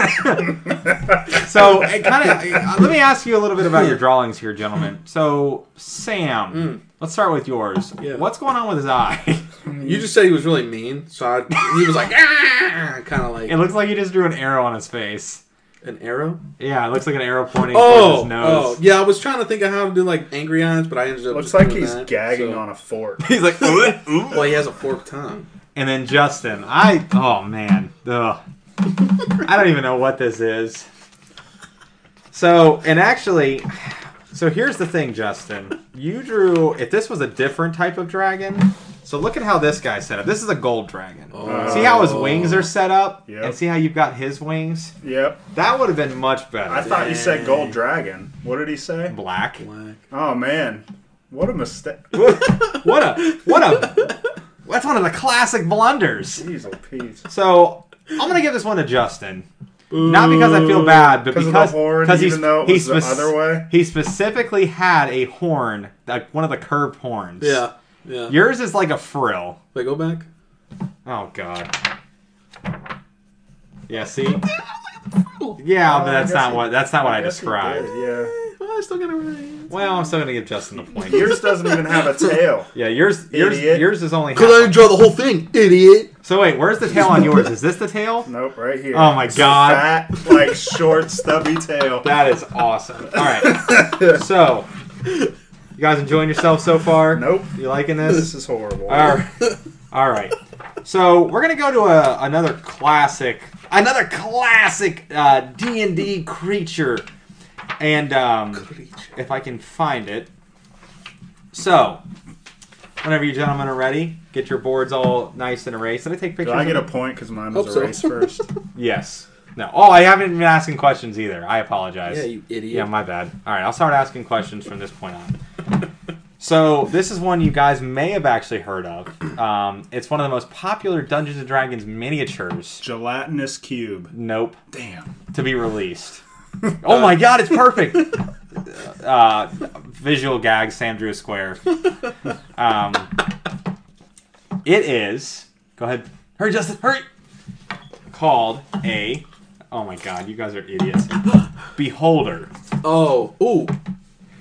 S2: so, it kind of let me ask you a little bit about your drawings here, gentlemen. So, Sam, let's start with yours.
S1: Hmm. Yeah.
S2: What's going on with his eye?
S1: You just said he was really mean, so I, he was like, ah, kind of like
S2: It looks like you just drew an arrow on his face.
S1: an arrow.
S2: Yeah, it looks like an arrow pointing towards
S1: Oh,
S2: his
S1: oh,
S2: nose.
S1: yeah. I was trying to think of how to do like angry eyes, but I ended up
S3: Looks
S1: just
S3: like
S1: doing
S3: he's
S1: that,
S3: gagging
S1: so-
S3: on a fork.
S2: He's like, "Ooh, ooh."
S1: Well, he has a forked tongue.
S2: and then Justin. I oh man, Ugh. I don't even know what this is. So and actually, so here's the thing, Justin. You drew if this was a different type of dragon. So look at how this guy's set up. This is a gold dragon.
S1: Oh.
S2: See how his wings are set up,
S3: Yep.
S2: and see how you've got his wings.
S3: Yep.
S2: That would have been much better.
S3: I thought you said gold dragon. What did he say?
S2: black.
S1: black.
S3: Oh man, what a mistake!
S2: What a what a that's one of the classic blunders.
S3: Diesel peas.
S2: So I'm gonna give this one to Justin. Not because I feel bad, but
S3: 'Cause of the
S2: because
S3: horn,
S2: because
S3: even
S2: he's
S3: though it
S2: he
S3: was the
S2: spec-
S3: other way?
S2: He specifically had a horn, like one of the curved horns.
S1: Yeah, yeah.
S2: Yours is like a frill.
S1: Wait, go back.
S2: Oh god. Yeah. See. Yeah,
S3: Oh,
S2: but
S3: I
S2: that's
S3: guess
S2: not
S3: he-
S2: what that's not what I
S3: Yes, he
S2: described.
S3: did, Yeah,
S1: Well, I still got it right.
S2: Well, I'm still gonna give Justin the point.
S3: yours doesn't even have a tail.
S2: yeah, yours yours
S3: Idiot.
S2: yours is only.
S1: Cause I didn't
S2: Half.
S1: draw the whole thing, idiot.
S2: So wait, where's the tail on yours? Is this the tail?
S3: Nope, right here.
S2: Oh my
S3: It's a
S2: God.
S3: Fat, like short, stubby tail.
S2: That is awesome. All right. So, you guys enjoying yourself so far?
S3: Nope,
S2: You liking
S3: this
S2: this?
S3: is horrible.
S2: All right. All right. So we're gonna go to a, another classic, another classic uh, D and D creature, and um, if I can find it. So, whenever you gentlemen are ready, get your boards all nice and erased. Did I take
S3: Do
S2: pictures?
S3: I
S2: of
S3: get a
S2: them?
S3: point because mine
S1: Hope
S3: was
S1: so.
S3: erased first?
S2: Yes. No. Oh, I haven't been asking questions either. I apologize.
S1: Yeah, you idiot.
S2: Yeah, my bad. All right, I'll start asking questions from this point on. So this is one you guys may have actually heard of. Um, it's one of the most popular Dungeons and Dragons miniatures.
S3: Gelatinous cube.
S2: Nope,
S3: Damn.
S2: to be released. Oh my God, it's perfect. Uh, visual gag. Sam drew a square. Um, it is. Go ahead. Hurry, Justin. Hurry. Called a. Oh my God, you guys are idiots. Beholder.
S1: Oh, ooh,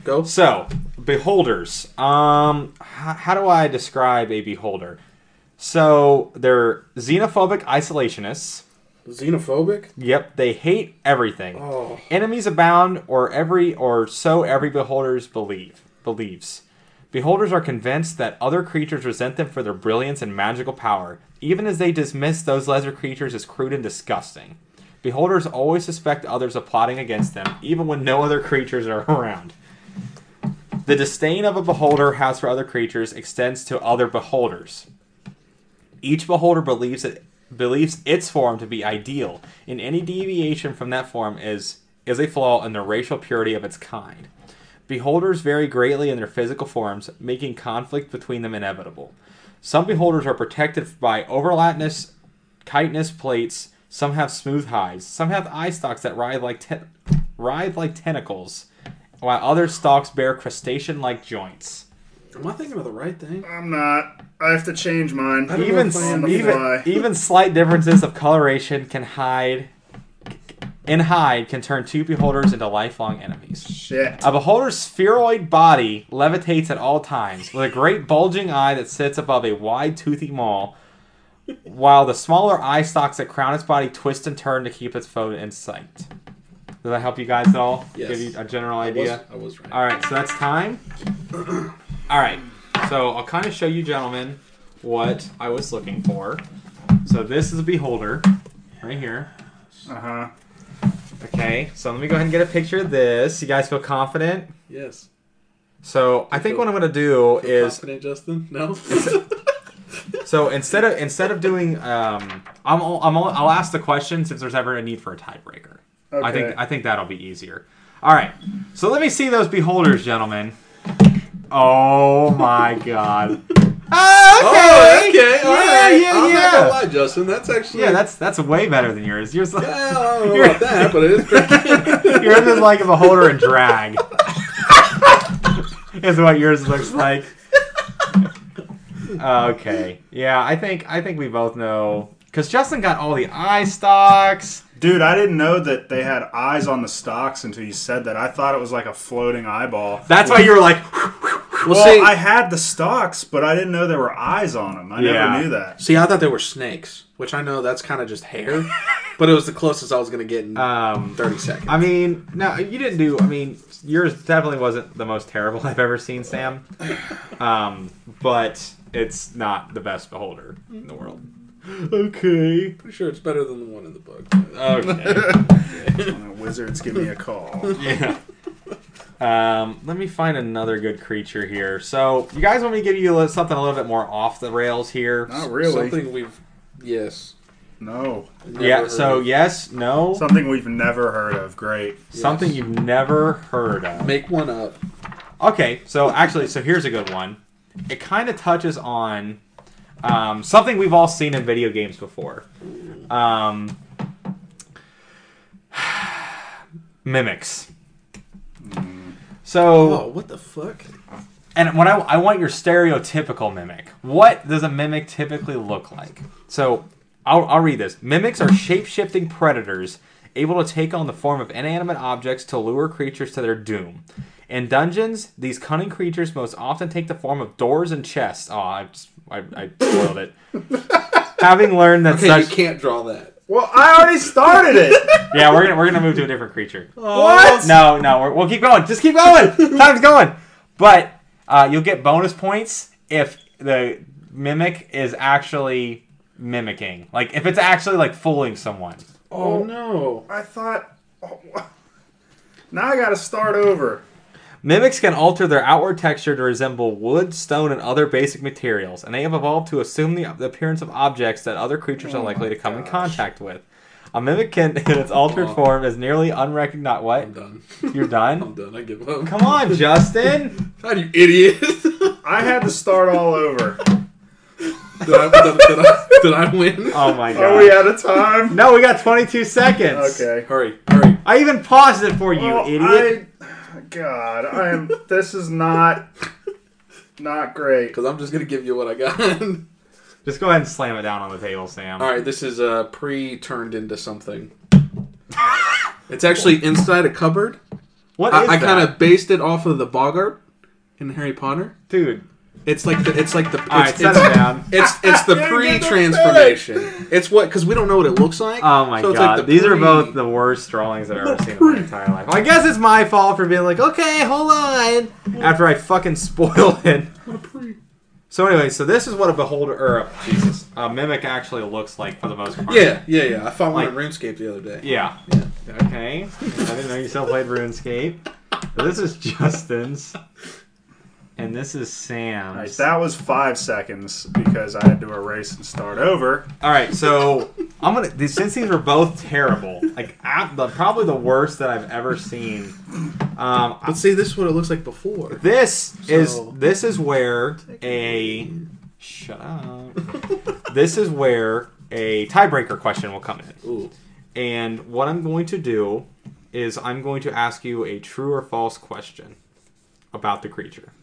S1: go.
S2: So, beholders. Um, h- how do I describe a beholder? So they're xenophobic isolationists.
S1: Xenophobic.
S2: Yep, they hate everything.
S1: Oh.
S2: Enemies abound, or every, or so every beholders believe believes. Beholders are convinced that other creatures resent them for their brilliance and magical power, even as they dismiss those lesser creatures as crude and disgusting. Beholders always suspect others of plotting against them, even when no other creatures are around. The disdain of a beholder has for other creatures extends to other beholders. Each beholder believes it believes its form to be ideal, and any deviation from that form is is a flaw in the racial purity of its kind. Beholders vary greatly in their physical forms, making conflict between them inevitable. Some beholders are protected by overlapness, chitinous plates. Some have smooth hides. Some have eye stalks that writhe like ten- writhe like tentacles, while other stalks bear crustacean-like joints.
S1: Am I thinking of the right thing?
S3: I'm not. I have to change mine.
S1: I don't know
S2: Even
S1: if I am
S2: even,
S3: either.
S2: even slight differences of coloration can hide and hide can turn two beholders into lifelong enemies.
S3: Shit.
S2: A beholder's spheroid body levitates at all times, with a great bulging eye that sits above a wide toothy maw, while the smaller eye stalks that crown its body twist and turn to keep its foe in sight. Does that help you guys at all?
S1: Yes.
S2: Give you a general
S1: I
S2: idea?
S1: was, I was right.
S2: All right, so that's time. All right, so I'll kind of show you gentlemen what I was looking for. So this is a beholder right here.
S3: Uh huh.
S2: Okay, so let me go ahead and get a picture of this. You guys feel confident?
S1: Yes.
S2: So I think what I'm gonna do
S1: Feel
S2: is
S1: confident, Justin? No.
S2: so instead of instead of doing um I'm al- I'm al- I'll ask the question since there's ever a need for a tiebreaker. I think
S3: Okay.
S2: I think that'll be easier. All right, so let me see those beholders, gentlemen. Oh my God.
S1: Oh,
S2: Okay.
S1: okay. All
S2: yeah,
S1: right.
S2: yeah,
S1: I'm
S2: yeah.
S1: not gonna lie, Justin. That's actually
S2: Yeah, that's that's way better than yours. Yours,
S1: Yeah, I don't know about that, but it is pretty good.
S2: yours is like a beholder in drag. is what yours looks like. Okay. Yeah, I think I think we both know because Justin got all the eye stocks.
S3: Dude, I didn't know that they had eyes on the stocks until you said that. I thought it was like a floating eyeball.
S2: That's why you were like,
S1: Well,
S3: Well,
S1: see,
S3: I
S1: I,
S3: had the stocks, but I didn't know there were eyes on them. I
S2: Yeah.
S3: never knew that.
S1: see, I thought they were snakes, which I know that's kind of just hair, but it was the closest I was gonna get in
S2: um,
S1: 30 seconds.
S2: I mean, no, you didn't do. I mean, yours definitely wasn't the most terrible I've ever seen, Sam. Um, but it's not the best beholder in the world. Okay.
S1: pretty sure it's better than the one in the book.
S2: Uh, Okay.
S3: When the wizards give me a call.
S2: yeah. Um, let me find another good creature here. So, you guys want me to give you a little- something a little bit more off the rails here?
S3: Not really.
S1: Something we've yes.
S3: No.
S1: never
S2: Yeah.
S1: heard
S2: So,
S1: of.
S2: yes, no,
S3: Something we've never heard of. Great.
S2: something
S1: Yes.
S2: you've never heard of.
S1: make one up.
S2: Okay, so actually, so here's a good one. It kind of touches on um, something we've all seen in video games before. Um, mimics. So,
S1: Oh, what the fuck?
S2: and what I, I want your stereotypical mimic. What does a mimic typically look like? So, I'll, I'll read this. Mimics are shape shifting predators able to take on the form of inanimate objects to lure creatures to their doom. In dungeons, these cunning creatures most often take the form of doors and chests. Oh, I, just- I, I spoiled it. Having learned that
S1: Okay, you
S2: such.
S1: can't draw that.
S3: Well, I already started it.
S2: Yeah, we're gonna, we're gonna move to a different creature.
S1: What?
S2: No, no, we're, we'll keep going. Just keep going. Time's going. But uh, you'll get bonus points if the mimic is actually mimicking. Like if it's actually like fooling someone.
S1: Oh no.
S3: I thought. oh, wha- now I got to start over.
S2: Mimics can alter their outward texture to resemble wood, stone, and other basic materials, and they have evolved to assume the, the appearance of objects that other creatures are likely to come in contact with. A mimic can, in its altered
S1: Aw.
S2: form, is nearly unrecognized. What?
S1: I'm done.
S2: You're done?
S1: I'm done. I give up.
S2: Come on, Justin!
S1: God, you idiot. did,
S3: I had to start all over.
S1: I, did, I, did, I, did I win?
S2: Oh my god.
S3: Are we out of time?
S2: no, we got 22 seconds.
S3: Okay.
S1: hurry, hurry.
S2: I even paused it for you,
S3: Well,
S2: idiot.
S3: Oh, I, God, I am. This is not not great.
S1: Because I'm just gonna give you what I got. All
S2: Just go ahead and slam it down on the table, Sam.
S1: right, this is uh, pre-turned into something. it's actually inside a cupboard.
S2: What is
S1: I, I
S2: that?
S1: kind of based it off of the Bogart in Harry Potter.
S2: dude.
S1: It's like the it's like the it's,
S2: All right, set
S1: it's,
S2: it down.
S1: it's it's the pre-transformation. It's what because we don't know what it looks like.
S2: Oh my
S1: so it's like
S2: god,
S1: the
S2: these are
S1: pre-
S2: both the worst drawings I've ever seen in my entire life. Well, I guess it's my fault for being like, okay, hold on, after I fucking spoiled it.
S1: What a pre.
S2: So anyway, so this is what a beholder or a, Jesus, a mimic actually looks like for the most part.
S1: Yeah, yeah, yeah. I found
S2: Like-
S1: one in RuneScape the other day.
S2: Yeah.
S1: Yeah.
S2: Okay. I didn't know you still played RuneScape. This is Justin's, and this is
S3: All right,
S2: Sam's.
S3: that was five seconds because I had to erase and start over.
S2: All right, so I'm gonna these- since these were both terrible, like ab- the, probably the worst that I've ever seen. Um,
S1: But see, this is what it looks like before.
S2: This is
S1: So-
S2: this is where a shut up. this is where a tiebreaker question will come in.
S1: Ooh.
S2: And what I'm going to do is I'm going to ask you a true or false question about the creature.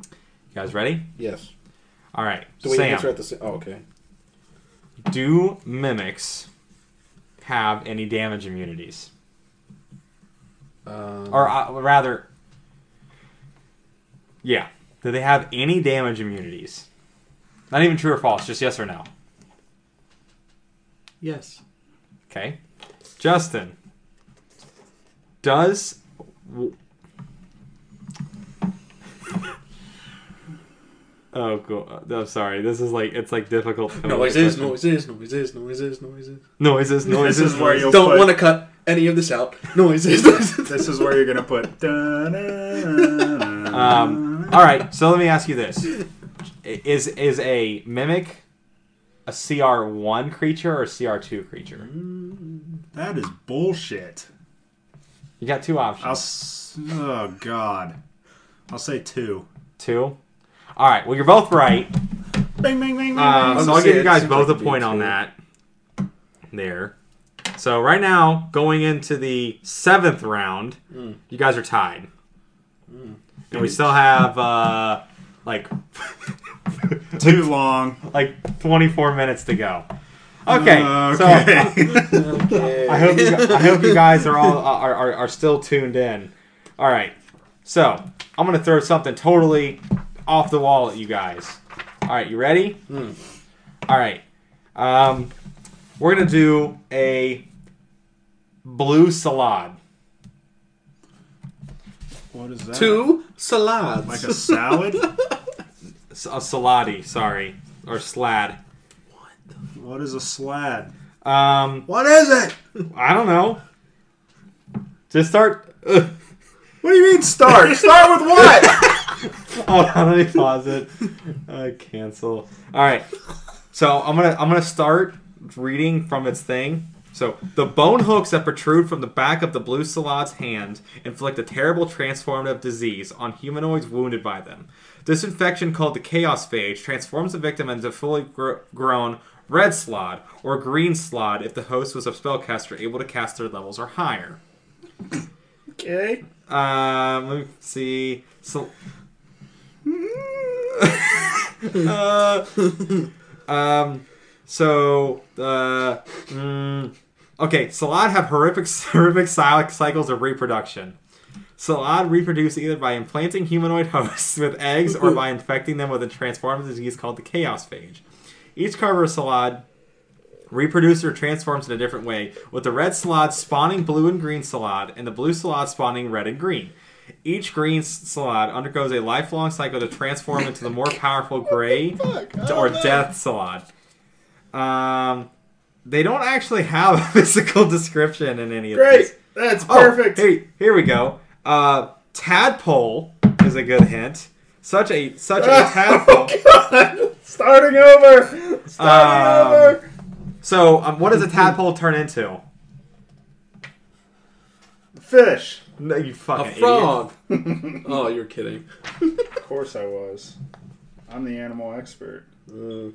S2: You guys ready?
S1: Yes.
S2: All right.
S1: Do we
S2: Sam,
S1: answer at the same? Oh, okay.
S2: do mimics have any damage immunities?
S1: Um,
S2: Or uh, rather, yeah, do they have any damage immunities? Not even true or false, just yes or no.
S1: yes.
S2: Okay, Justin, does w- oh god, I'm sorry. This is like it's like difficult. to-
S1: Noises, noises, noises, noises, noises.
S2: noises, noises.
S3: This is where
S2: noises.
S3: you'll
S1: Don't
S3: put,
S1: want to cut any of this out. Noises. noises.
S3: This is where you're gonna put. Uh,
S2: Um, all right, so let me ask you this: is is a mimic a CR one creature or a CR two creature?
S3: Mm-hmm. That is bullshit.
S2: You got two options.
S3: I'll. s- Oh God. I'll say two.
S2: two. All right. Well, you're both right.
S3: Bing, bing, bing, bing.
S2: Um,
S3: bing.
S2: so I'll give you
S1: it
S2: guys
S1: seems like
S2: both a
S1: it'd
S2: point
S1: be
S2: on
S1: two.
S2: that. There. So right now, going into the seventh round, you guys are tied, and we still have uh, like
S3: Too long.
S2: like 24 minutes to go. Okay. So
S3: Uh, Okay.
S1: Okay.
S2: I hope you, gu- I hope you guys are all uh, are, are, are still tuned in. All right, so I'm gonna throw something totally off the wall at you guys. All right, you ready? All right, um, we're gonna do a blue salad.
S3: what is that?
S1: Two salads.
S3: Like a salad?
S2: S- A salati, sorry, or slad.
S3: what is a slad?
S2: Um,
S3: What is it?
S2: I don't know. Just start. Ugh.
S3: What do you mean start? Start with what?
S2: Hold on, let me pause it. Uh, cancel. All right. So I'm gonna I'm gonna start reading from its thing. So the bone hooks that protrude from the back of the blue salad's hand inflict a terrible transformative disease on humanoids wounded by them. This infection, called the chaos phage, transforms the victim into fully gr- grown red slod or green slod if the host was a spellcaster able to cast their levels or higher.
S3: okay.
S2: Um, let me see. So, uh, um, so uh, mm, okay. Salad have horrific, horrific cy- cycles of reproduction. Salad reproduce either by implanting humanoid hosts with eggs or by infecting them with a transformative disease called the chaos phage. Each carver of Salad reproduces or transforms in a different way, with the red salad spawning blue and green salad, and the blue salad spawning red and green. Each green s- salad undergoes a lifelong cycle to transform into the more powerful gray or death salad. Um, they don't actually have a physical description in any of these.
S3: Great. That's
S2: Oh,
S3: perfect.
S2: hey, here we go. Uh, tadpole is a good hint. Such a such a tadpole.
S3: Starting over. Starting
S2: Um,
S3: over.
S2: So, um, what does a tadpole turn into?
S3: Fish.
S2: No, you fucking
S1: a
S2: idiot.
S1: frog. oh, you're kidding.
S3: Of course I was. I'm the animal expert.
S1: Mm.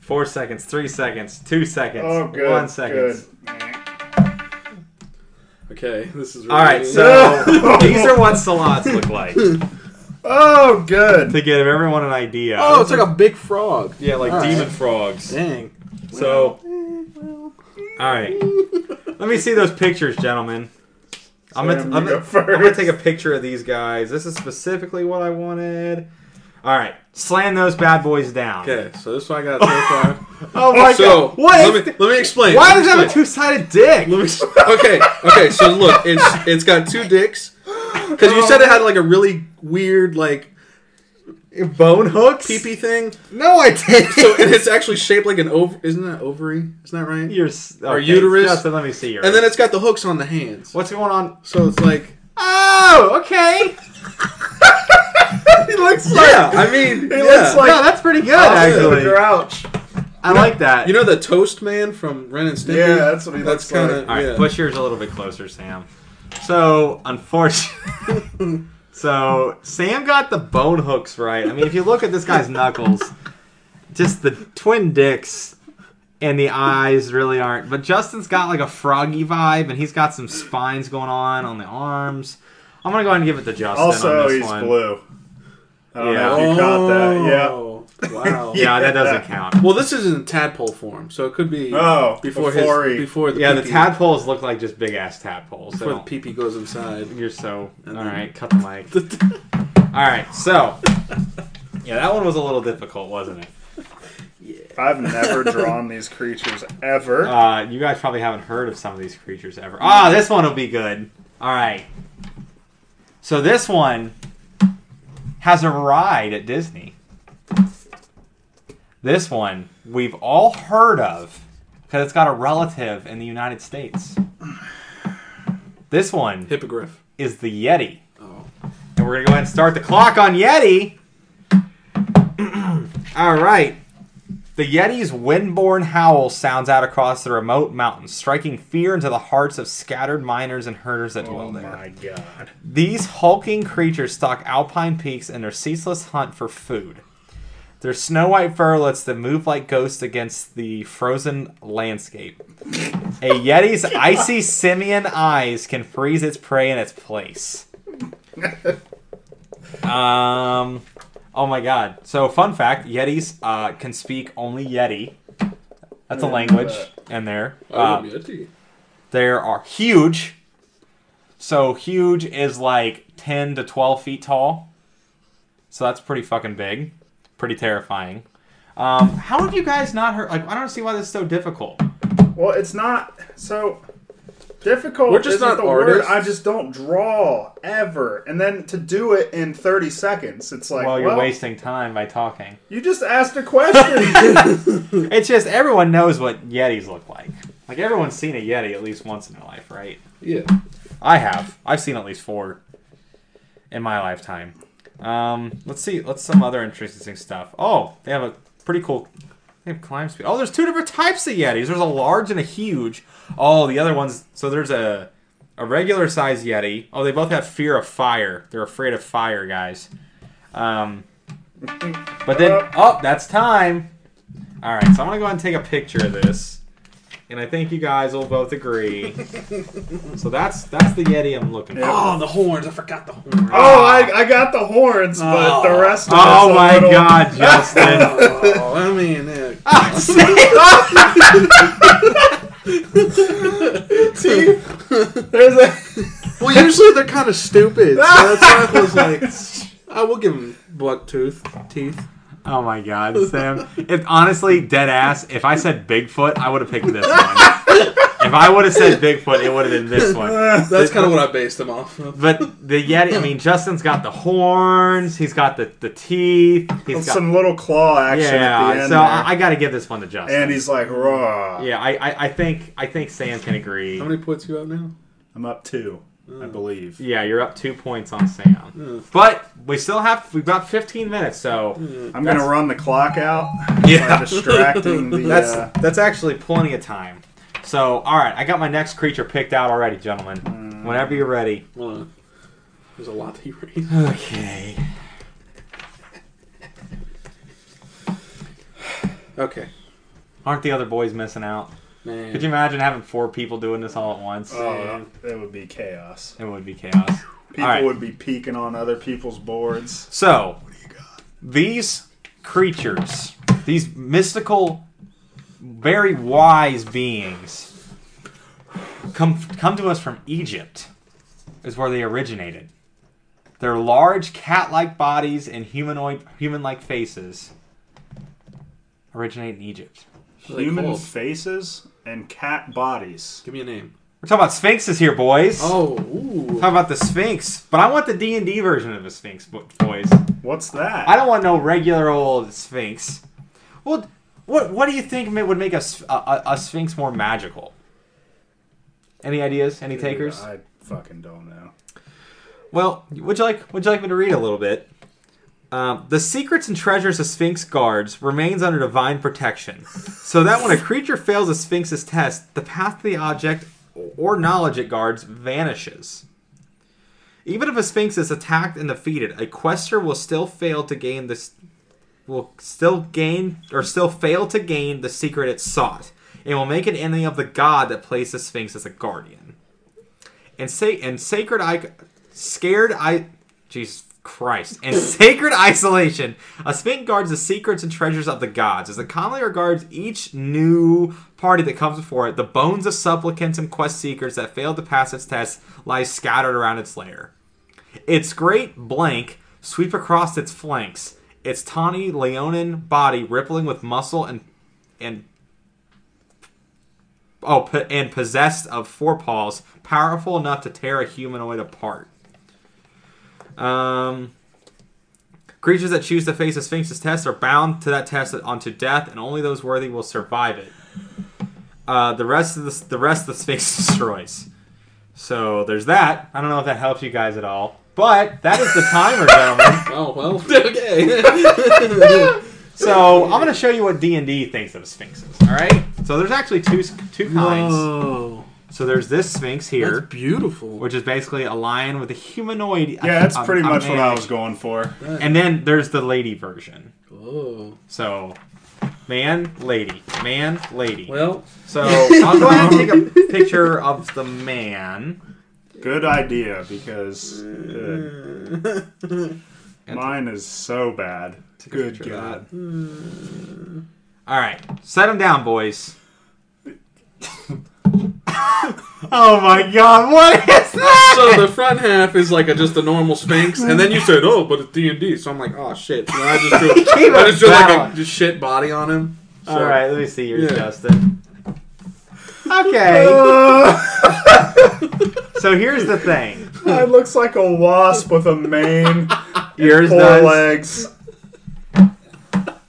S2: Four seconds, three seconds, two seconds,
S3: Oh, good.
S2: one second.
S3: Good.
S1: okay, this is. Really
S2: All right, so these are what salons look like to
S3: Oh, good.
S2: give everyone an idea.
S1: Oh, it's like a big frog.
S2: yeah, like
S1: All right.
S2: demon frogs.
S1: Dang.
S2: So, all right, let me see those pictures, gentlemen. I'm gonna,
S3: Sam,
S2: I'm,
S3: you
S2: gonna,
S3: go first.
S2: I'm gonna take a picture of these guys. This is specifically what I wanted. All right, slam those bad boys down.
S1: Okay, so this is what I got so far.
S2: Oh my
S1: so
S2: god, what?
S1: Let
S2: is
S1: me,
S2: th-
S1: let me explain.
S2: why
S1: let me
S2: does it have a
S1: explain.
S2: two-sided dick?
S1: okay, okay. So look, it's it's got two dicks. Because you said it had like a really weird like
S4: Bone hooks?
S1: Pee pee thing.
S4: No, I didn't.
S1: So and it's actually shaped like an ov. Isn't that ovary? Isn't that right?
S2: Your s-
S1: Or
S2: okay,
S1: uterus.
S2: Justin, let me see your.
S1: And then it's got the hooks on the hands.
S2: what's going on?
S1: So it's like
S2: Oh, okay.
S4: he looks
S1: yeah. I mean, yeah.
S4: looks like-
S2: no, that's pretty good
S4: actually.
S2: actually.
S4: Grouch.
S2: I like that.
S1: you know the Toast Man from Ren and Stimpy.
S3: Yeah, that's what he looks like.
S1: kinda-
S2: All right,
S1: yeah.
S2: push yours a little bit closer, Sam. So, unfortunately, so Sam got the bone hooks right. I mean, if you look at this guy's knuckles, just the twin dicks and the eyes really aren't. But Justin's got like a froggy vibe, and he's got some spines going on on the arms. I'm gonna go ahead and give it to Justin. on
S3: Also,
S2: this
S3: he's
S2: one.
S3: blue. I don't
S2: Yeah.
S3: know if you caught that. Yeah.
S1: Oh, Wow.
S2: Yeah, that doesn't count.
S1: Well, this is in tadpole form, so it could be
S3: Oh,
S1: before,
S3: before
S1: his
S3: he-
S1: before the
S2: Yeah, the
S1: pee-pee-
S2: tadpoles look like just big ass tadpoles. They
S1: before the
S2: don't-
S1: pee pee goes inside.
S2: You're so all
S1: And then-
S2: right. Cut the mic. All right, so yeah, that one was a little difficult, wasn't it?
S3: I've never drawn these creatures ever.
S2: Uh, you guys probably haven't heard of some of these creatures ever. Ah, this one will be good. All right. So this one has a ride at Disney. This one we've all heard of because it's got a relative in the United States. This one
S1: Hippogriff.
S2: is the Yeti.
S1: Oh.
S2: And we're going to go ahead and start the clock on Yeti. All right. The Yeti's windborne howl sounds out across the remote mountains, striking fear into the hearts of scattered miners and herders that dwell
S3: oh
S2: there.
S3: my god.
S2: These hulking creatures stalk alpine peaks in their ceaseless hunt for food. Their snow white furlets that move like ghosts against the frozen landscape. A Yeti's icy simian eyes can freeze its prey in its place. Um, oh my god. So, fun fact Yetis uh, can speak only Yeti. That's a language in there.
S1: Oh,
S2: Uh, there are huge. So huge is like 10 to 12 feet tall. So that's pretty fucking big. Pretty terrifying. Um, how have you guys not heard? Like, I don't see why this is so difficult.
S3: Well, it's not so difficult.
S1: We're just
S3: isn't
S1: not
S3: the
S1: artists.
S3: word. I just don't draw ever, and then to do it in thirty seconds, it's like
S2: well,
S3: well,
S2: you're wasting time by talking.
S3: You just asked a question.
S2: It's just everyone knows what Yetis look like. Like, everyone's seen a Yeti at least once in their life, right?
S1: Yeah.
S2: I have. I've seen at least four in my lifetime. Um, let's see. Let's some other interesting stuff. Oh, they have a pretty cool. They have climb speed. Oh, there's two different types of Yetis. There's a large and a huge. Oh, the other ones. So there's a a regular size Yeti. Oh, they both have fear of fire. They're afraid of fire, guys. Um, but then oh, that's time. All right, so I'm gonna go ahead and take a picture of this, and I think you guys will both agree. so that's that's the Yeti I'm looking for.
S3: Yeah.
S1: Oh, the horns! I forgot the horns.
S3: oh, I, I got the horns, but the rest of
S2: Ah. Oh
S3: it's a
S2: my
S3: little-
S2: god, Justin.
S1: Oh, I mean, yeah.
S3: See, there's a
S1: well, usually they're kind of stupid, so that's why I was like, I will give them buck tooth teeth.
S2: oh my god, Sam. If honestly, dead ass, if I said Bigfoot, I would have picked this one. if I would have said Bigfoot, it would have been this one.
S1: That's kind of what I based them off. of.
S2: But the Yeti, I mean, Justin's got the horns, he's got the, the teeth, he's got
S3: some little claw action at the
S2: yeah.
S3: end.
S2: So
S3: there.
S2: I, I got to give this one to Justin.
S3: and he's like, raw.
S2: yeah, I, I, I think I think Sam can agree.
S1: How many points you have now?
S3: I'm up two, I believe.
S2: Mm. Yeah, you're up two points on Sam, but we still have we've got 15 minutes, so
S3: I'm gonna run the clock out by
S2: Yeah.
S3: distracting the.
S2: That's
S3: uh,
S2: that's actually plenty of time. So, all right, I got my next creature picked out already, gentlemen. Whenever you're ready.
S1: Hold on. There's a lot to erase.
S2: Okay.
S1: Okay.
S2: Aren't the other boys missing out?
S1: Man.
S2: Could you imagine having four people doing this all at once?
S3: oh, it would be chaos.
S2: It would be chaos.
S3: People
S2: All right.
S3: would be peeking on other people's boards.
S2: So, these creatures, these mystical, very wise beings, come come to us from Egypt, is where they originated. Their large cat-like bodies and humanoid human-like faces originate in Egypt.
S1: What are they
S3: Human
S1: called?
S3: faces and cat bodies.
S1: Give me a name.
S2: We're talking about sphinxes here, boys.
S1: Oh, ooh.
S2: Talking about the Sphinx, but I want the D and D version of the Sphinx, bo- boys.
S3: What's that?
S2: I don't want no regular old sphinx. Well, what what do you think ma- would make a, s- a- a- a sphinx more magical? Any ideas? Any takers?
S3: I fucking don't know.
S2: Well, would you like would you like me to read a little bit? Um, the secrets and treasures a sphinx guards remains under divine protection, so that when a creature fails a sphinx's test, the path to the object or knowledge it guards vanishes. Even if a sphinx is attacked and defeated, a quester will still fail to gain this will still gain or still fail to gain the secret it sought, and will make an enemy of the god that placed the sphinx as a guardian and say and sacred I scared I Jesus Christ and sacred isolation. A sphinx guards the secrets and treasures of the gods, as it commonly regards each new party that comes before it. The bones of supplicants and quest seekers that failed to pass its test lie scattered around its lair. Its great blank sweep across its flanks. Its tawny leonin body rippling with muscle and and Oh, po- and possessed of forepaws, powerful enough to tear a humanoid apart. Um, creatures that choose to face a Sphinx's test are bound to that test unto death, and only those worthy will survive it. Uh, the rest of the the rest of the Sphinx destroys. So there's that. I don't know if that helps you guys at all, but that is the timer, gentlemen.
S1: Oh well, okay.
S2: So I'm gonna show you what D and D thinks of Sphinxes. All right. So there's actually two s- two kinds.
S1: Whoa,
S2: So there's this Sphinx here.
S1: Oh, that's beautiful.
S2: which is basically a lion with a humanoid.
S3: Yeah, that's
S2: a-
S3: pretty
S2: a
S3: much what I
S2: man.
S3: was going for.
S2: And then there's the lady version.
S1: Whoa.
S2: So, man, lady, man, lady.
S1: Well,
S2: so I'll go ahead and take a picture of the man.
S3: Good idea because uh, mine is so bad. Good
S2: picture of
S3: God.
S2: All right, set him down, boys.
S3: Oh my God! What is that?
S1: so the front half is like a, just a normal Sphinx, and then you said, "Oh, but it's D and D," so I'm like, "Oh shit!" So I just drew, I just drew like a just shit body on him. So,
S2: All right, let me see yours,
S1: Yeah.
S2: Justin. Okay, so here's the thing.
S3: it looks like a wasp with a mane,
S2: Yours
S3: four
S2: does.
S3: legs.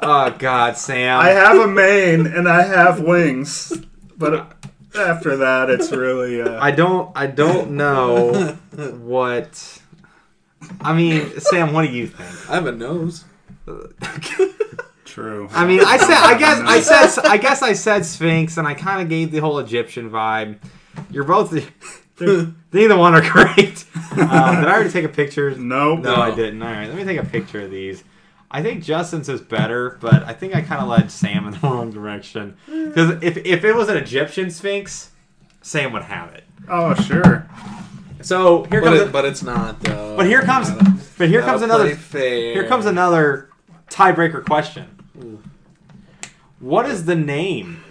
S2: Oh God, Sam.
S3: I have a mane and I have wings, but after that, it's really. Uh,
S2: I don't I don't know what I mean, Sam, what do you think?
S1: I have a nose.
S3: True.
S2: I mean, I said I guess I said I guess I said Sphinx and I kind of gave the whole Egyptian vibe. You're both neither one are great. Um, did I already take a picture? No,
S3: Nope.
S2: I didn't. All right, let me take a picture of these. I think Justin's is better, but I think I kind of led Sam in the wrong direction. Because if, if it was an Egyptian Sphinx, Sam would have it.
S3: Oh sure.
S2: So here
S1: But,
S2: comes
S1: it, but it's not though.
S2: But here comes,
S1: Gotta-
S2: but here
S1: gotta
S2: comes another,
S1: play fair.
S2: here comes another tiebreaker question. What is the name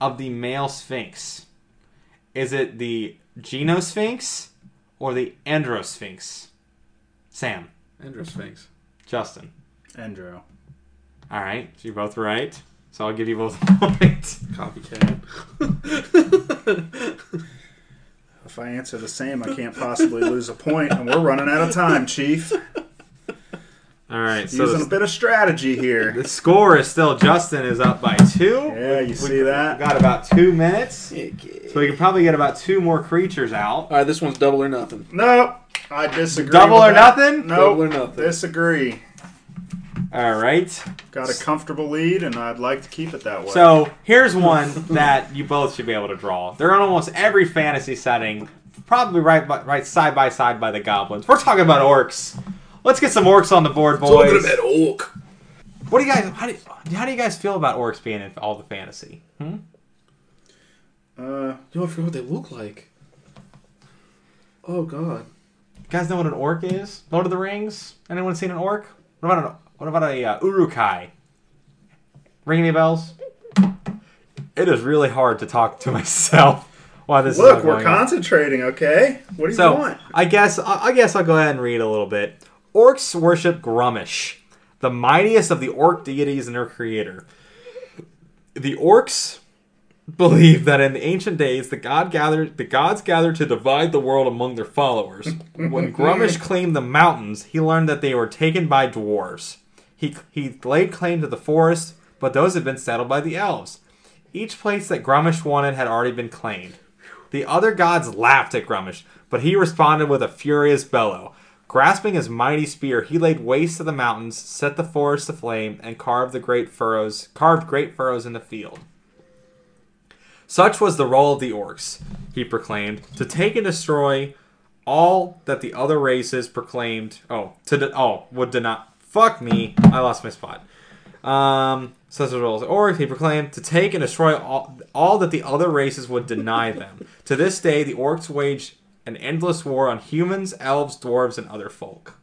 S2: of the male sphinx? Is it the Genosphinx or the Androsphinx? Sam,
S1: Andrew Sphinx.
S2: Justin.
S3: Andrew.
S2: All right, so you're both right. So I'll give you both a point.
S1: Copycat.
S3: If I answer the same, I can't possibly lose a point, and we're running out of time, Chief.
S2: All right, so
S3: Using a bit of strategy here.
S2: the score is still Justin is up by two.
S3: Yeah, you see
S2: We've
S3: that?
S2: got about two minutes, so we can probably get about two more creatures out.
S1: All right, this one's double or nothing.
S3: Nope. I disagree.
S2: Double
S3: with
S2: or
S3: that.
S2: nothing?
S3: Nope.
S1: Double or nothing.
S3: Disagree.
S2: All right.
S3: Got a comfortable lead, and I'd like to keep it that way.
S2: So here's one that you both should be able to draw. They're in almost every fantasy setting, probably right by, right side by side by the goblins. We're talking about orcs. Let's get some orcs on the board,
S1: Talking
S2: boys.
S1: about orc.
S2: What do you guys? How do, you- how do you guys feel about orcs being in all the fantasy? Hmm?
S3: uh,
S1: Yo, I forgot what they look like. Oh god.
S2: You guys know what an orc is? Lord of the Rings. Anyone seen an orc? What about an, what about a uh, urukai? Ring any bells? It is really hard to talk to myself while this is all
S3: look,
S2: going
S3: we're
S2: on.
S3: concentrating. Okay. What do you
S2: So
S3: want?
S2: I guess I I guess I'll go ahead and read a little bit. Orcs worship Grumish, the mightiest of the orc deities and their creator. The orcs
S5: believed that in the ancient days the god gathered the gods gathered to divide the world among their followers. When Grumish claimed the mountains, he learned that they were taken by dwarves. He he laid claim to the forest, but those had been settled by the elves. Each place that Grumish wanted had already been claimed. The other gods laughed at Grumish, but he responded with a furious bellow. Grasping his mighty spear, he laid waste to the mountains, set the forest aflame, and carved the great furrows carved great furrows in the field. Such was the role of the orcs, he proclaimed, to take and destroy all that the other races proclaimed. Oh, to de- oh would deny. Fuck me, I lost my spot. Um, such was the role of the orcs, he proclaimed, to take and destroy all, all that the other races would deny them. to this day, the orcs wage an endless war on humans, elves, dwarves, and other folk.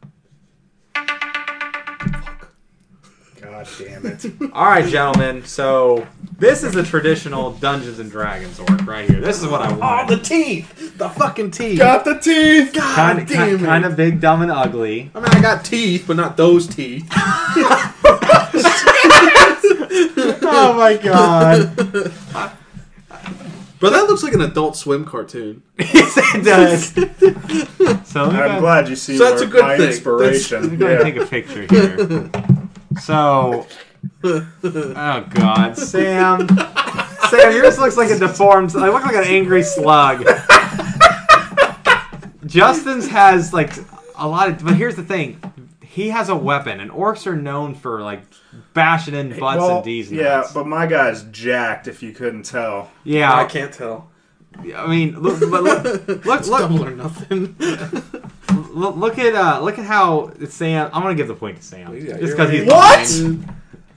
S3: God damn it.
S5: All right, gentlemen. So this is the traditional Dungeons and Dragons orc right here. This is what I
S1: Oh,
S5: want.
S1: the teeth! The fucking teeth!
S4: Got the teeth.
S1: God
S5: kind,
S1: damn
S5: kind,
S1: it.
S5: kind of big, dumb, and ugly.
S1: I mean, I got teeth, but not those teeth.
S5: Oh my god!
S1: But that looks like an Adult Swim cartoon.
S5: yes, it does. so let me
S3: I'm
S5: go-
S3: glad you see
S1: So that's
S3: where
S1: a good
S3: my
S1: thing.
S3: inspiration.
S2: I'm gonna
S3: yeah.
S2: take a picture here. So, oh god, Sam, Sam, yours looks like a deformed. I look like an angry slug. Justin's has like a lot of, but here's the thing: he has a weapon, and orcs are known for like bashing in butts
S3: Well,
S2: and D's
S3: yeah,
S2: nuts.
S3: but my guy's jacked. If you couldn't tell,
S2: yeah,
S1: I
S2: I,
S1: can't tell.
S2: mean, look, but look, look,
S1: It's
S2: look,
S1: double or nothing.
S2: look, look at uh, look at how Sam. I'm gonna give the point to Sam,
S1: Yeah,
S2: just because he's
S1: you're-
S3: What?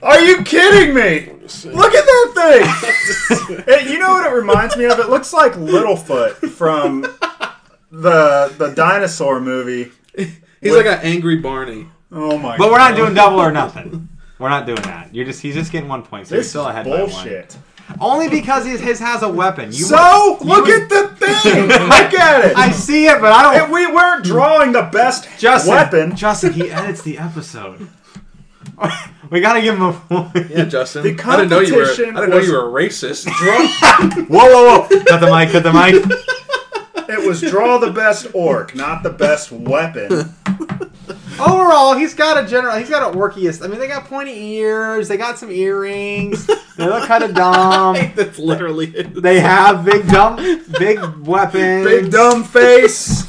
S3: Are you kidding me? Look at that thing. It- you know what it reminds me of? It looks like Littlefoot from the the dinosaur movie.
S1: He's like an angry Barney.
S3: Oh my!
S2: But we're not
S3: God.
S2: doing double or nothing. We're not doing that. You're just he's just getting one point, so
S3: this.
S2: he's still
S3: is
S2: ahead
S3: bullshit.
S2: by one. Only because his, his has a weapon. You
S3: So look
S2: would-
S3: at the thing. look at it.
S2: I see it, but I don't
S3: And we weren't drawing the best
S2: Justin
S3: weapon
S2: Justin, he edits the episode. we gotta give him a point.
S1: Yeah, Justin.
S3: The
S1: I didn't know you were. I
S3: competition
S1: didn't know
S3: was-
S1: you were a racist.
S2: Whoa, whoa, whoa. Cut the mic, cut the mic.
S3: It was draw the best orc, not the best weapon.
S2: Overall, he's got a general he's got an orkiest. I mean they got pointy ears, they got some earrings, they look kinda dumb.
S1: That's literally it.
S2: They have big dumb big weapons.
S3: Big dumb face.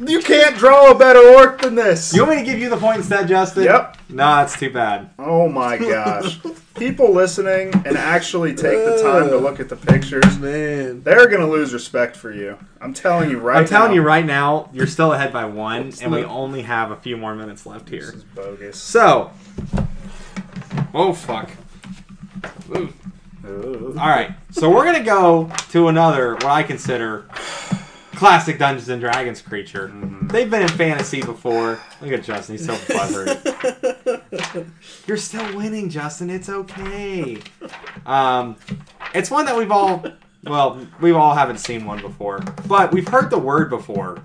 S3: You can't draw a better orc than this.
S2: You want me to give you the point instead, Justin?
S3: Yep.
S2: Nah, it's too bad.
S3: Oh my gosh. People listening and actually take the time to look at the pictures,
S1: Man.
S3: they're going to lose respect for you. I'm telling you right
S2: I'm telling
S3: now,
S2: you right now, you're still ahead by one, and we
S1: not-
S2: only have a few more minutes left here.
S3: This is bogus.
S2: So, oh fuck!
S3: Ugh.
S2: All right, so we're gonna go to another what I consider classic Dungeons and Dragons creature. They've been in fantasy before. Look at Justin; he's so clever. you're still winning, Justin. It's okay. Um, it's one that we've all, well, we all haven't seen one before, but we've heard the word before.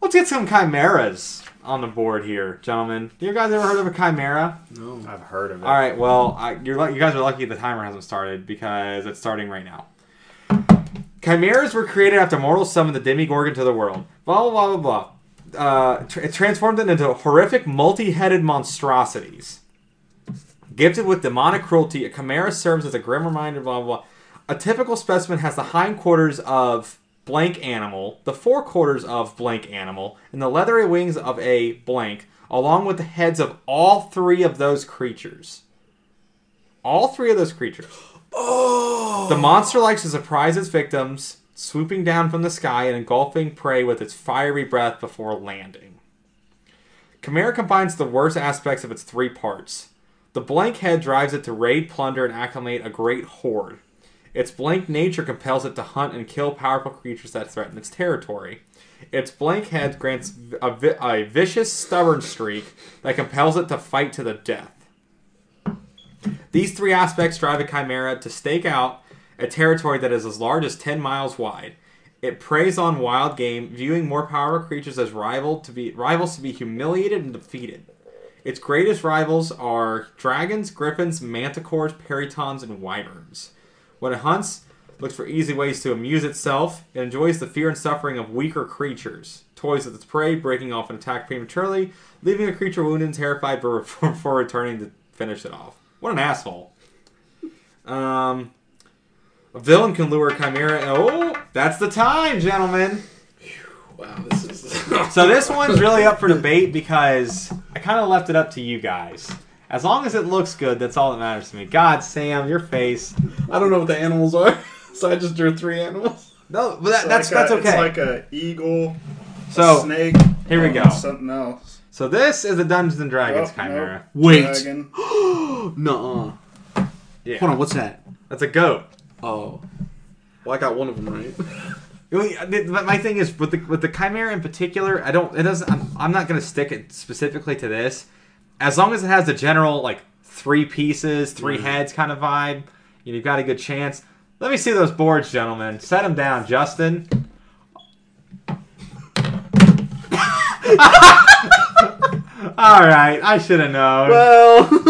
S2: Let's get some chimeras on the board here, gentlemen. You guys ever heard of a chimera?
S1: No.
S3: I've heard of it.
S2: All right. Well, I, you're lu- you guys are lucky the timer hasn't started because it's starting right now. Chimeras were created after mortals summoned the Demigorgon to the world. Blah blah blah blah blah. Uh, tra- transformed it into horrific multi-headed monstrosities. Gifted with demonic cruelty, a chimera serves as a grim reminder. Blah blah. blah. A typical specimen has the hindquarters of blank animal, the forequarters of blank animal, and the leathery wings of a blank, along with the heads of all three of those creatures. All three of those creatures. Oh! The monster likes to surprise its victims, swooping down from the sky and engulfing prey with its fiery breath before landing. Chimera combines the worst aspects of its three parts. The blank head drives it to raid, plunder, and acclimate a great horde. Its blank nature compels it to hunt and kill powerful creatures that threaten its territory. Its blank head grants a, vi- a vicious, stubborn streak that compels it to fight to the death. These three aspects drive a chimera to stake out a territory that is as large as 10 miles wide. It preys on wild game, viewing more powerful creatures as rival to be rivals to be humiliated and defeated. Its greatest rivals are dragons, griffins, manticores, peritons, and wyverns. When it hunts, it looks for easy ways to amuse itself. It enjoys the fear and suffering of weaker creatures. Toys with its prey, breaking off an attack prematurely, leaving a creature wounded and terrified for, for, for returning to finish it off. What an asshole. Um, a villain can lure Chimera. Oh, that's the time, gentlemen.
S1: Wow, this is.
S2: So this one's really up for debate because I kind of left it up to you guys. As long as it looks good, that's all that matters to me. God, Sam, your face.
S1: I don't know what the animals are, so I just drew three animals.
S2: No, but that, that's
S3: It's like
S2: that's
S3: a-
S2: okay.
S3: It's like a eagle,
S2: so
S3: a snake.
S2: here we
S3: and
S2: go.
S3: Something else.
S2: so this is the Dungeons and Dragons
S3: Oh,
S2: chimera.
S3: nope.
S1: Wait.
S3: Dragon.
S1: Nuh-uh.
S2: Yeah,
S1: Hold on, what's that?
S2: that's a goat.
S1: Oh. Well, I got one of them right.
S2: I mean, I- th- But my thing is with the with the chimera in particular, I don't. It doesn't. I'm, I'm not going to stick it specifically to this. As long as it has the general like three pieces, 3
S1: Mm-hmm.
S2: heads kind of vibe, you've got a good chance. Let me see those boards, gentlemen. Set them down, Justin. All right, I should have known.
S1: Well.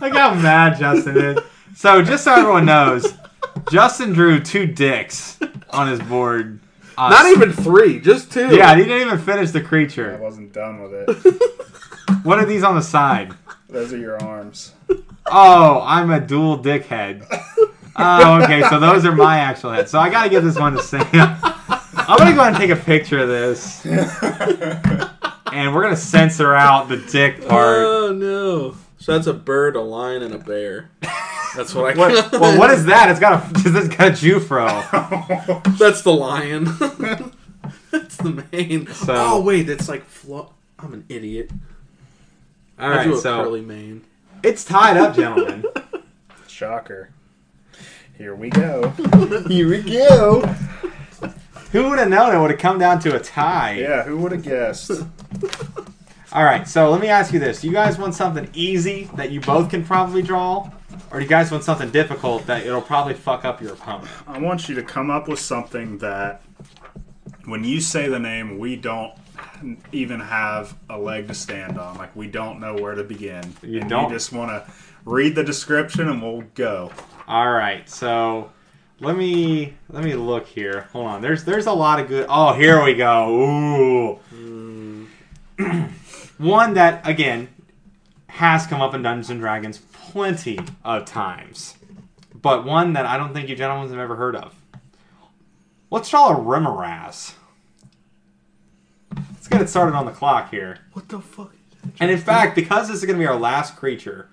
S2: Look how mad Justin is. So, just so everyone knows, Justin drew two dicks on his board. Uh,
S1: Not even three, just two.
S2: Yeah, he didn't even finish the
S3: I
S2: creature.
S3: wasn't done with it.
S2: What are these on the side?
S3: Those are your arms.
S2: Oh, I'm a dual dickhead. Oh, okay, so those are my actual heads. So I gotta give this one to Sam. I'm gonna go ahead and take a picture of this, and we're gonna censor out the dick part.
S1: Oh no. So that's a bird, a lion, and a bear. That's what I
S2: What, well, what is that? It's got a, it's got a Jufro.
S1: That's the lion. that's the mane.
S2: So-
S1: Oh wait, that's like flo- I'm an idiot.
S2: All
S1: I
S2: right,
S1: drew a
S2: so
S1: curly mane.
S2: it's tied up, gentlemen.
S3: Shocker. Here we go.
S6: Here we go.
S2: Who would have known it would have come down to a tie?
S3: Yeah, who would have guessed?
S2: All right, so let me ask you this: Do you guys want something easy that you both can probably draw, or do you guys want something difficult that it'll probably fuck up your opponent?
S3: I want you to come up with something that when you say the name, we don't even have a leg to stand on. Like, we don't know where to begin.
S2: You
S3: And
S2: don't.
S3: You just want to read the description and we'll go.
S2: All right, so let me let me look here. Hold on, there's there's a lot of good. Oh, here we go. Ooh, one that again has come up in Dungeons and Dragons plenty of times, but one that I don't think you gentlemen have ever heard of. Let's draw a Remoras. Let's get it started on the clock here.
S1: What the fuck?
S2: And in fact, because this is going to be our last creature,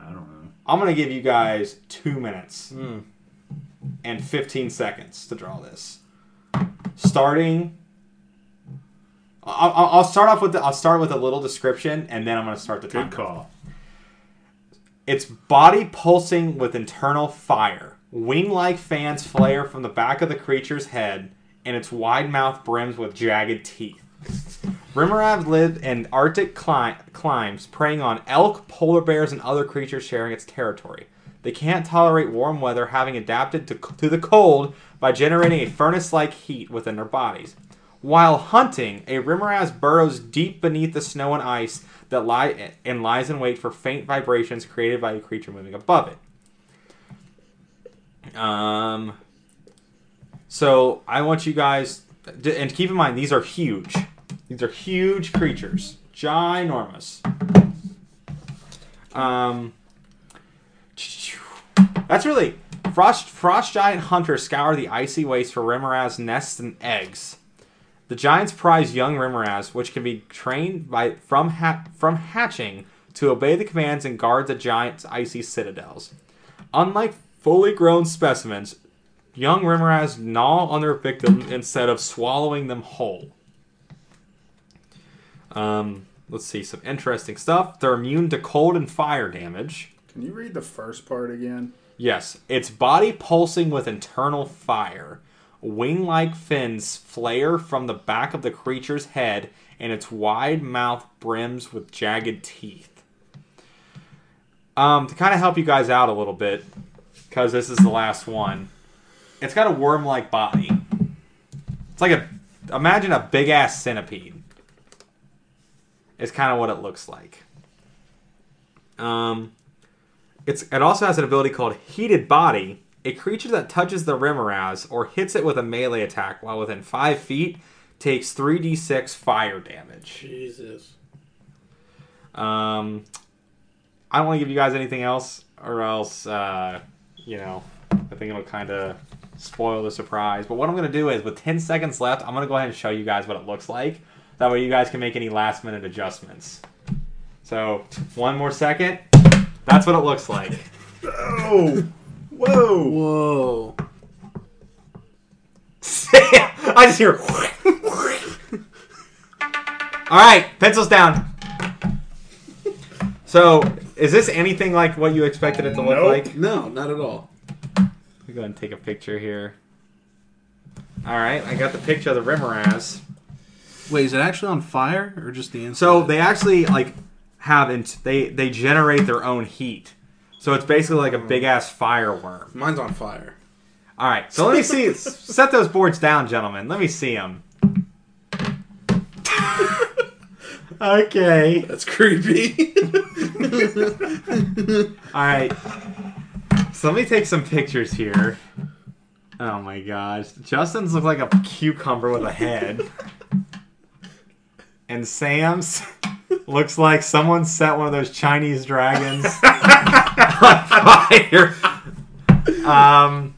S3: I don't know.
S2: I'm gonna give you guys two minutes
S3: Hmm.
S2: and 15 seconds to draw this. Starting, I'll, I'll I'll start off with the, I'll start with a little description and then I'm gonna start the time.
S3: Good call.
S2: Its body pulsing with internal fire. Wing like fans flare from the back of the creature's head, and its wide mouth brims with jagged teeth. Rimarab lived in Arctic cli- climes, preying on elk, polar bears, and other creatures sharing its territory. They can't tolerate warm weather, having adapted to, to the cold by generating a furnace like heat within their bodies. While hunting, a Rimaraz burrows deep beneath the snow and ice that lie and lies in wait for faint vibrations created by a creature moving above it. Um, so I want you guys, and keep in mind these are huge. These are huge creatures, ginormous. Um, that's really frost. Frost giant hunters scour the icy waste for Remoraz nests and eggs. The giants prize young Remoraz, which can be trained by from ha- from hatching to obey the commands and guard the giant's icy citadels. Unlike fully grown specimens, young Remoraz gnaw on their victim instead of swallowing them whole. Um, let's see some interesting stuff. They're immune to cold and fire damage.
S3: Can you read the first part again?
S2: Yes, its body pulsing with internal fire. Wing like fins flare from the back of the creature's head, and its wide mouth brims with jagged teeth. Um, to kind of help you guys out a little bit, because this is the last one, it's got a worm like body. It's like a. Imagine a big ass centipede. It's kind of what it looks like. Um, it's it also has an ability called Heated Body. A creature that touches the Remoraz or hits it with a melee attack while within five feet takes three d six fire damage.
S1: Jesus.
S2: Um, I don't want to give you guys anything else, or else, uh, you know, I think it'll kind of spoil the surprise. But what I'm going to do is, with 10 seconds left, I'm going to go ahead and show you guys what it looks like. That way, you guys can make any last minute adjustments. So, one more second. That's what it looks like.
S3: Oh, whoa!
S1: Whoa.
S2: I just hear. All right, pencils down. So, is this anything like what you expected it to look
S3: Nope.
S2: like?
S1: No, not at all.
S2: Let me go ahead and take a picture here. All right, I got the picture of the Remoraz.
S1: Wait, is it actually on fire or just the inside?
S2: So they actually like haven't they they generate their own heat. So it's basically like a big ass fireworm.
S1: mine's on fire.
S2: All right, so let me see. s- set those boards down, gentlemen. Let me see them. okay.
S1: That's creepy.
S2: All right. So let me take some pictures here. Oh my gosh. Justin's look like a cucumber with a head. And Sam's looks like someone set one of those Chinese dragons on fire. Um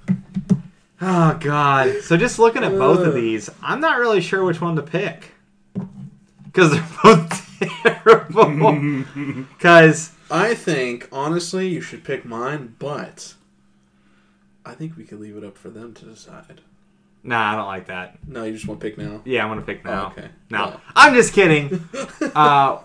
S2: Oh god. So just looking at both of these, I'm not really sure which one to pick. Cuz they're both terrible. Cuz
S1: I think honestly, you should pick mine, but I think we could leave it up for them to decide.
S2: nah, I don't like that.
S1: No, you just want to pick now.
S2: Yeah, I'm gonna pick now.
S1: Oh, okay.
S2: No,
S1: Yeah.
S2: I'm just kidding. Uh,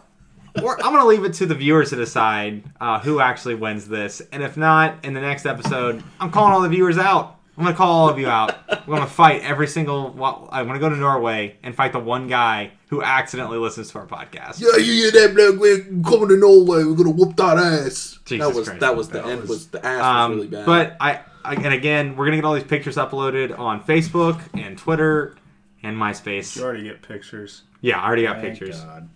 S2: or I'm gonna leave it to the viewers to decide uh, who actually wins this. And if not, in the next episode, I'm calling all the viewers out. I'm gonna call all of you out. We're gonna fight every single. wa- I want to go to Norway and fight the one guy who accidentally listens to our podcast.
S1: Yeah, you hear that, Black? We're coming to Norway. We're gonna whoop that ass.
S2: Jesus
S1: that was
S2: Christ.
S1: that was the
S3: That
S1: end.
S3: was-
S1: Was, the ass
S2: Um,
S1: was really bad.
S2: But I, I and again, we're gonna get all these pictures uploaded on Facebook and Twitter and
S3: You
S2: MySpace.
S3: already get pictures.
S2: Yeah, I already got
S3: Thank
S2: pictures.
S3: God.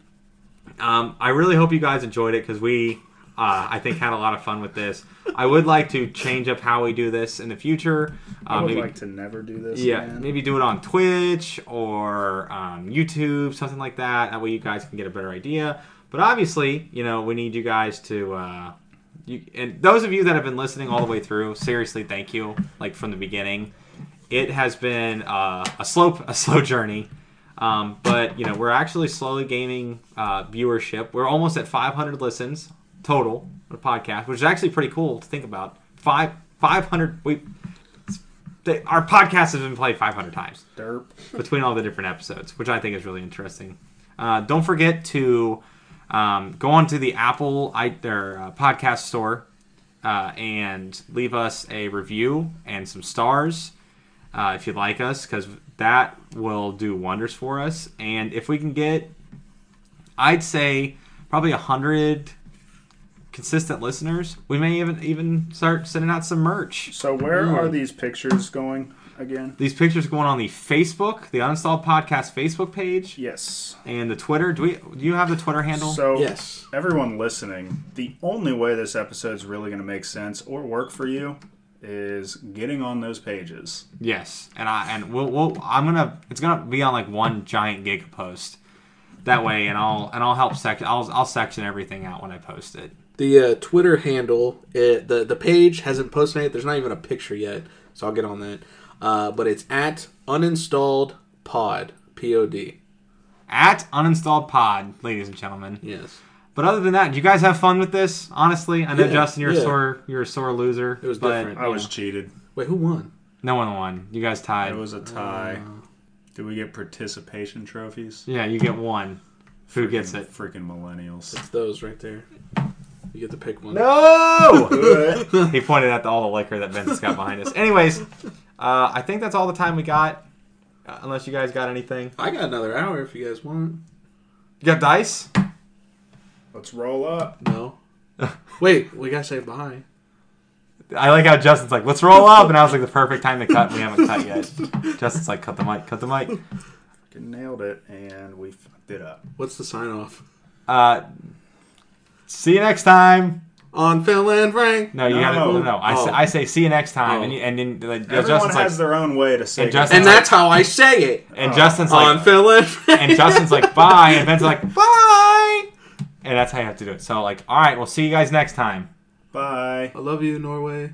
S2: Um, I really hope you guys enjoyed it because we, uh, I think, had a lot of fun with this. I would like to change up how we do this in the future. Uh,
S3: I would
S2: maybe,
S3: like to never do this.
S2: yeah,
S3: again.
S2: maybe do it on Twitch or um, YouTube, something like that. That way, you guys can get a better idea. But obviously, you know, we need you guys to. Uh, you, and those of you that have been listening all the way through, seriously, thank you. Like from the beginning, it has been uh, a slow a slow journey. Um, but you know, we're actually slowly gaining uh, viewership. We're almost at 500 listens total of the podcast, which is actually pretty cool to think about. Five 500. We they, our podcast has been played 500 times
S3: Derp.
S2: between all the different episodes, which I think is really interesting. Uh, don't forget to um, go on to the Apple I, their, uh, podcast store uh, and leave us a review and some stars uh, if you like us, because that will do wonders for us. And if we can get, I'd say, probably 100 consistent listeners, we may even even start sending out some merch.
S3: So where are these pictures going again?
S2: These pictures going on the Facebook, the Uninstalled Podcast Facebook page,
S3: Yes.
S2: and the Twitter. Do we? Do you have the Twitter handle?
S3: So
S1: yes,
S3: everyone listening, the only way this episode's really going to make sense or work for you is getting on those pages.
S2: yes, and I and we'll, we'll I'm gonna it's gonna be on like one giant giga post. That way, and I'll and I'll help section. I'll I'll section everything out when I post it.
S1: the uh, Twitter handle, it, the the page hasn't posted it. There's not even a picture yet, so I'll get on that. Uh, but it's at uninstalled pod p o d.
S2: At uninstalled pod, ladies and gentlemen.
S1: Yes,
S2: But other than that, did you guys have fun with this? Honestly, I know
S1: Yeah,
S2: Justin, you're
S1: yeah.
S2: a sore you're a sore loser.
S1: It was
S2: but
S1: different.
S3: I was cheated.
S1: Wait, who won?
S2: No one won. You guys
S3: It
S2: tied.
S3: was a tie.
S2: Uh.
S3: Do we get participation trophies?
S2: yeah, you get one. Who gets it?
S3: Freaking millennials.
S1: It's those right there. You get to pick one.
S2: No.
S3: Good.
S2: he pointed out all the liquor that Vince got behind us. Anyways, uh, I think that's all the time we got. Uh, unless you guys got anything.
S1: I got another hour if you guys want.
S2: You got dice?
S3: Let's roll up.
S1: No. Wait, we gotta say bye.
S2: I like how Justin's like, let's roll up. And I was like, the perfect time to cut. We haven't cut yet. Justin's like, cut the mic, cut the mic.
S3: Fucking Nailed it, and we fucked it up.
S1: What's the sign off?
S2: Uh, see you next time.
S1: on Phil and Frank.
S2: No, you gotta
S3: No.
S2: no. no, I,
S1: Oh.
S2: say, I say see you next time,
S1: Oh.
S2: and you, and then like,
S3: Everyone
S2: Justin's
S3: has
S2: like,
S3: their own way to say
S2: And
S3: goodbye.
S2: Justin-
S1: And that's how I say it.
S2: and Justin's
S1: on
S2: like,
S1: Phil Oh, and Frank.
S2: and Justin's like, bye, and Ben's like, bye, and that's how you have to do it. So like, all right, we'll see you guys next time.
S3: Bye.
S1: I love you, Norway.